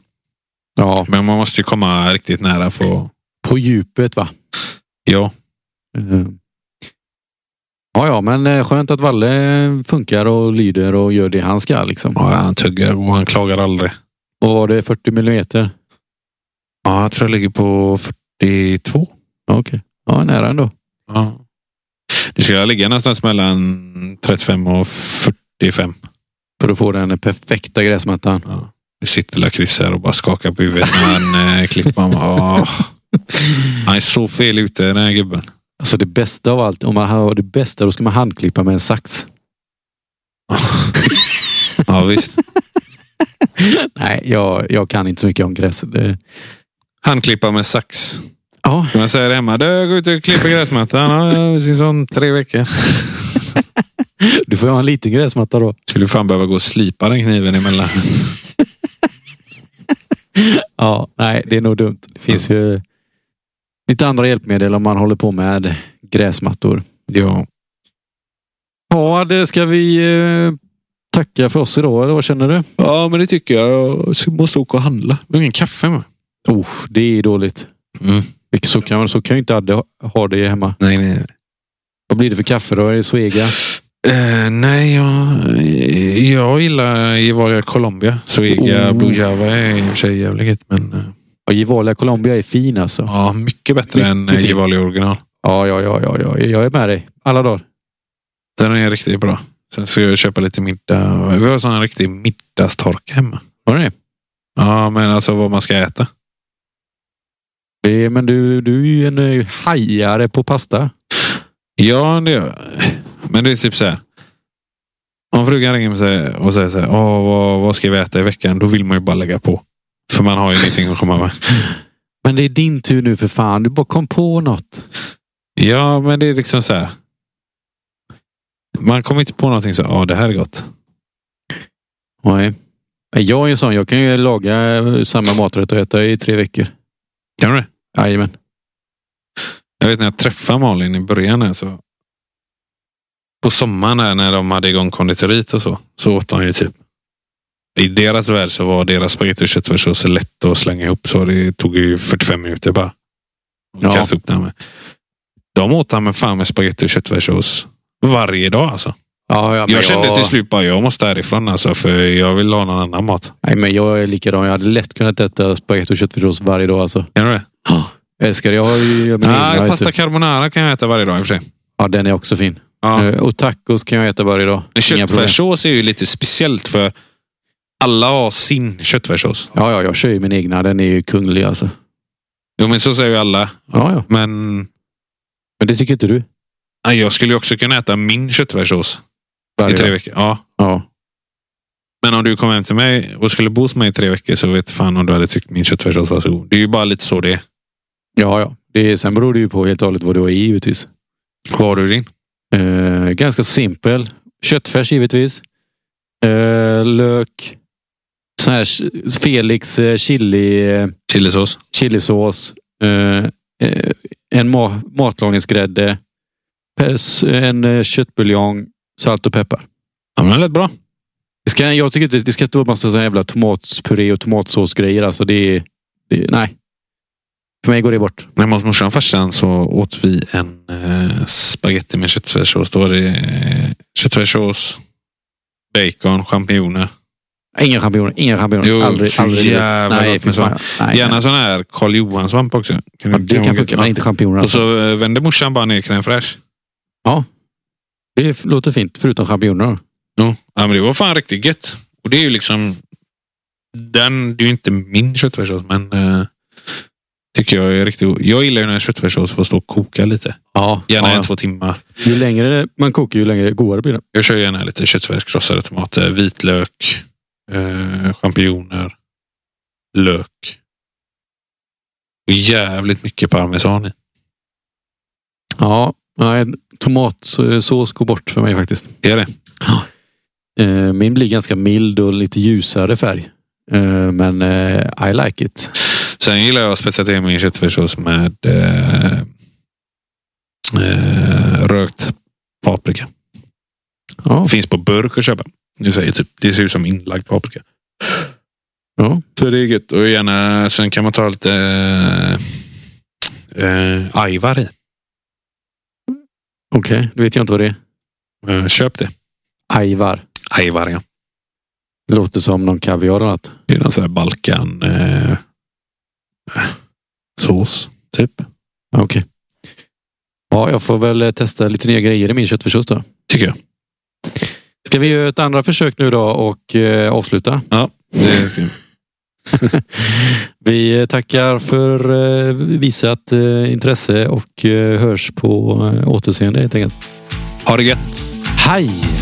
Speaker 1: ja,
Speaker 2: Men man måste ju komma riktigt nära för att...
Speaker 1: på djupet va?
Speaker 2: Ja.
Speaker 1: Eh. Ja, ja, men eh, skönt att Valle eh, funkar och lyder och gör det han ska. Liksom.
Speaker 2: ja, han tuggar och han klagar aldrig.
Speaker 1: Och var det 40 millimeter?
Speaker 2: Ja, jag tror jag ligger på 42.
Speaker 1: Ja, Okej. Ja, nära ändå.
Speaker 2: Ja. Det ska jag ligga någonstans mellan 35 och 45.
Speaker 1: För att få den perfekta gräsmattan.
Speaker 2: Ja. Det sitter lilla Chris här och bara skakar på huvudet när han eh, klipper. Han, bara, "Åh." han är så fel ute den här gubben.
Speaker 1: Alltså det bästa av allt, om man har det bästa, då ska man handklippa med en sax.
Speaker 2: Ja, visst.
Speaker 1: Nej, jag, jag kan inte så mycket om gräs. Det,
Speaker 2: Han klipper med sax.
Speaker 1: ja,
Speaker 2: Man säger det hemma. Du, gå ut och klipper gräsmattan. Ja, det finns om tre veckor.
Speaker 1: du får ju ha en liten gräsmatta då.
Speaker 2: Skulle fan behöva gå och slipa den kniven emellan.
Speaker 1: Ja, nej, det är nog dumt. Det finns ju lite andra hjälpmedel om man håller på med gräsmattor.
Speaker 2: Ja.
Speaker 1: Ja, det ska vi eh, tacka för oss idag, eller vad känner du?
Speaker 2: ja, men det tycker jag. Jag måste åka och handla. Vi har ingen kaffe med.
Speaker 1: Oh, det är dåligt.
Speaker 2: Mm.
Speaker 1: Så kan, så kan ju inte Adde ha- ha det hemma.
Speaker 2: Nej, nej. nej.
Speaker 1: Vad blir det för kaffe då? Är det Svega?
Speaker 2: Eh, nej, jag, jag gillar Gevalia Colombia. Så Ega
Speaker 1: Oh.
Speaker 2: Blue Java är i och för sig jävligt gött, men eh,
Speaker 1: Ja, Gevalia Colombia är fin alltså.
Speaker 2: ja, mycket bättre
Speaker 1: Mycket
Speaker 2: än eh,
Speaker 1: fint.
Speaker 2: Gevalia original.
Speaker 1: Ja, ja, ja, ja, ja, jag är med dig. Alla dagar.
Speaker 2: Den är riktigt bra. Sen ska jag köpa lite middag. Vi har sån här riktig middagstorka hemma.
Speaker 1: Var det det?
Speaker 2: Ja, men alltså vad man ska äta.
Speaker 1: det? Men du, du är ju en eh, hajare på pasta.
Speaker 2: Ja, det gör jag. Men det är typ så här. Om frugan ringer mig och säger- och säger så här, Åh, vad, vad ska vi äta i veckan? Då vill man ju bara lägga på. För man har ju ingenting att komma med.
Speaker 1: Men det är din tur nu för fan. Du bara kom på något.
Speaker 2: Ja, men det är liksom så här. Man kommer inte på någonting så ja det här är gott.
Speaker 1: Nej. Men Jag är ju sån. Jag kan ju laga eh, samma maträtt och äta i tre veckor.
Speaker 2: Kan du det?
Speaker 1: Jajamän.
Speaker 2: Jag vet när jag träffade Malin i början här, så på sommaren här, när de hade igång konditoriet och så, så åt de ju typ i deras värld så var deras spagetti och köttfärssås så lätt att slänga ihop så det tog ju 45 minuter bara. Och
Speaker 1: Ja.
Speaker 2: kasta upp den med. De åt han med fan med spagetti och köttfärssås varje dag alltså.
Speaker 1: Ja, ja, men
Speaker 2: jag kände till slut bara jag måste härifrån alltså för jag vill ha någon annan mat.
Speaker 1: Nej, men jag är likadan. Jag hade lätt kunnat äta spagetti och köttfärssås varje dag alltså.
Speaker 2: Kan du det?
Speaker 1: Älskar det. Jag har ju jag har mina egna,
Speaker 2: Nej,
Speaker 1: vet
Speaker 2: pasta
Speaker 1: du.
Speaker 2: carbonara kan jag äta varje dag i och för sig.
Speaker 1: typ- Ja, den är också fin.
Speaker 2: Ja.
Speaker 1: Eh, Och tacos kan jag äta varje dag.
Speaker 2: Men
Speaker 1: Inga problem.
Speaker 2: Köttfärssås är ju lite speciellt för alla har sin köttfärssås.
Speaker 1: Ja, ja, jag kör ju min egna. Den är ju kunglig alltså.
Speaker 2: Jo, men så säger ju alla.
Speaker 1: Ja, ja.
Speaker 2: Men
Speaker 1: Men det tycker inte du?
Speaker 2: nej, jag skulle ju också kunna äta min köttfärssås i
Speaker 1: Varje
Speaker 2: tre
Speaker 1: dag.
Speaker 2: veckor. Ja.
Speaker 1: Ja.
Speaker 2: Men om du kom hem till mig och skulle bo hos mig i tre veckor så vet fan om du hade tyckt min köttfärssås var så god. Det är ju bara lite så det är.
Speaker 1: ja, ja. Det, sen beror det ju på helt och hållet vad du har i givetvis.
Speaker 2: Vad har du i din?
Speaker 1: Eh, ganska simpel. Köttfärs givetvis. Eh, lök. Sån här ch- Felix eh, chili, eh,
Speaker 2: Chilisås.
Speaker 1: chilisås. Eh, eh, en ma- matlagningsgrädde. pers- En eh, köttbuljong. Salt och peppar.
Speaker 2: Ja, men det lät bra.
Speaker 1: Det ska, jag tycker inte det ska inte vara massa sån här jävla tomatpuré och tomatsåsgrejer. Alltså det, det, nej. För mig går det bort.
Speaker 2: När jag var hos morsan och farsan så åt vi en eh, spagetti med köttfärssås. Då var det eh, köttfärssås, bacon, champinjoner.
Speaker 1: Inga champinjoner. Inga champinjoner.
Speaker 2: Jo,
Speaker 1: aldrig.
Speaker 2: så
Speaker 1: aldrig i livet.
Speaker 2: jävla
Speaker 1: nej,
Speaker 2: gott
Speaker 1: fy
Speaker 2: med
Speaker 1: fan. Nej,
Speaker 2: Gärna
Speaker 1: nej.
Speaker 2: sån här Karl Johan-svamp också.
Speaker 1: Ja, det kan funka, men inte champinjoner.
Speaker 2: Och
Speaker 1: Alltså.
Speaker 2: så eh, vände morsan bara ner crème fraîche.
Speaker 1: Det f- låter fint, förutom champinjoner. då.
Speaker 2: Jo. Ja, men det var fan riktigt gött. Och det är ju liksom... Den, det är ju inte min köttfärssås, men eh, tycker jag är riktigt god. Jag gillar ju när köttfärssås får stå och koka lite.
Speaker 1: Ja,
Speaker 2: Gärna
Speaker 1: ja.
Speaker 2: en, två timmar.
Speaker 1: Ju längre det- man kokar, ju längre godare blir det.
Speaker 2: Jag kör gärna lite köttfärs, krossade tomater, vitlök, eh, champinjoner, lök. Och jävligt mycket parmesan i.
Speaker 1: Ja, nej, tomatsås går bort för mig faktiskt.
Speaker 2: Är det?
Speaker 1: Eh, Min blir ganska mild och lite ljusare färg. Eh, Men eh, I like it.
Speaker 2: Sen gillar jag att spetsa till min köttfärssås med eh, eh, rökt paprika.
Speaker 1: Ja,
Speaker 2: Finns på burk att köpa. Det, säger typ, det ser ut som inlagd paprika.
Speaker 1: Ja.
Speaker 2: Så det är gött. Och gärna, sen kan man ta lite eh, eh, ajvar i.
Speaker 1: Okej, då vet jag inte vad det är.
Speaker 2: Eh, köp det.
Speaker 1: Ajvar.
Speaker 2: Ajvar, ja.
Speaker 1: Det låter som någon kaviar eller något.
Speaker 2: Det är någon sån här Balkan eh, sås, typ.
Speaker 1: Okej. Ja, jag får väl eh, testa lite nya grejer i min köttfärssås då.
Speaker 2: Tycker jag.
Speaker 1: Ska vi göra ett andra försök nu då och eh, avsluta?
Speaker 2: Det,
Speaker 1: Vi eh, tackar för eh, visat eh, intresse och eh, hörs på eh, återseende helt enkelt.
Speaker 2: ha det gött!
Speaker 1: Hej!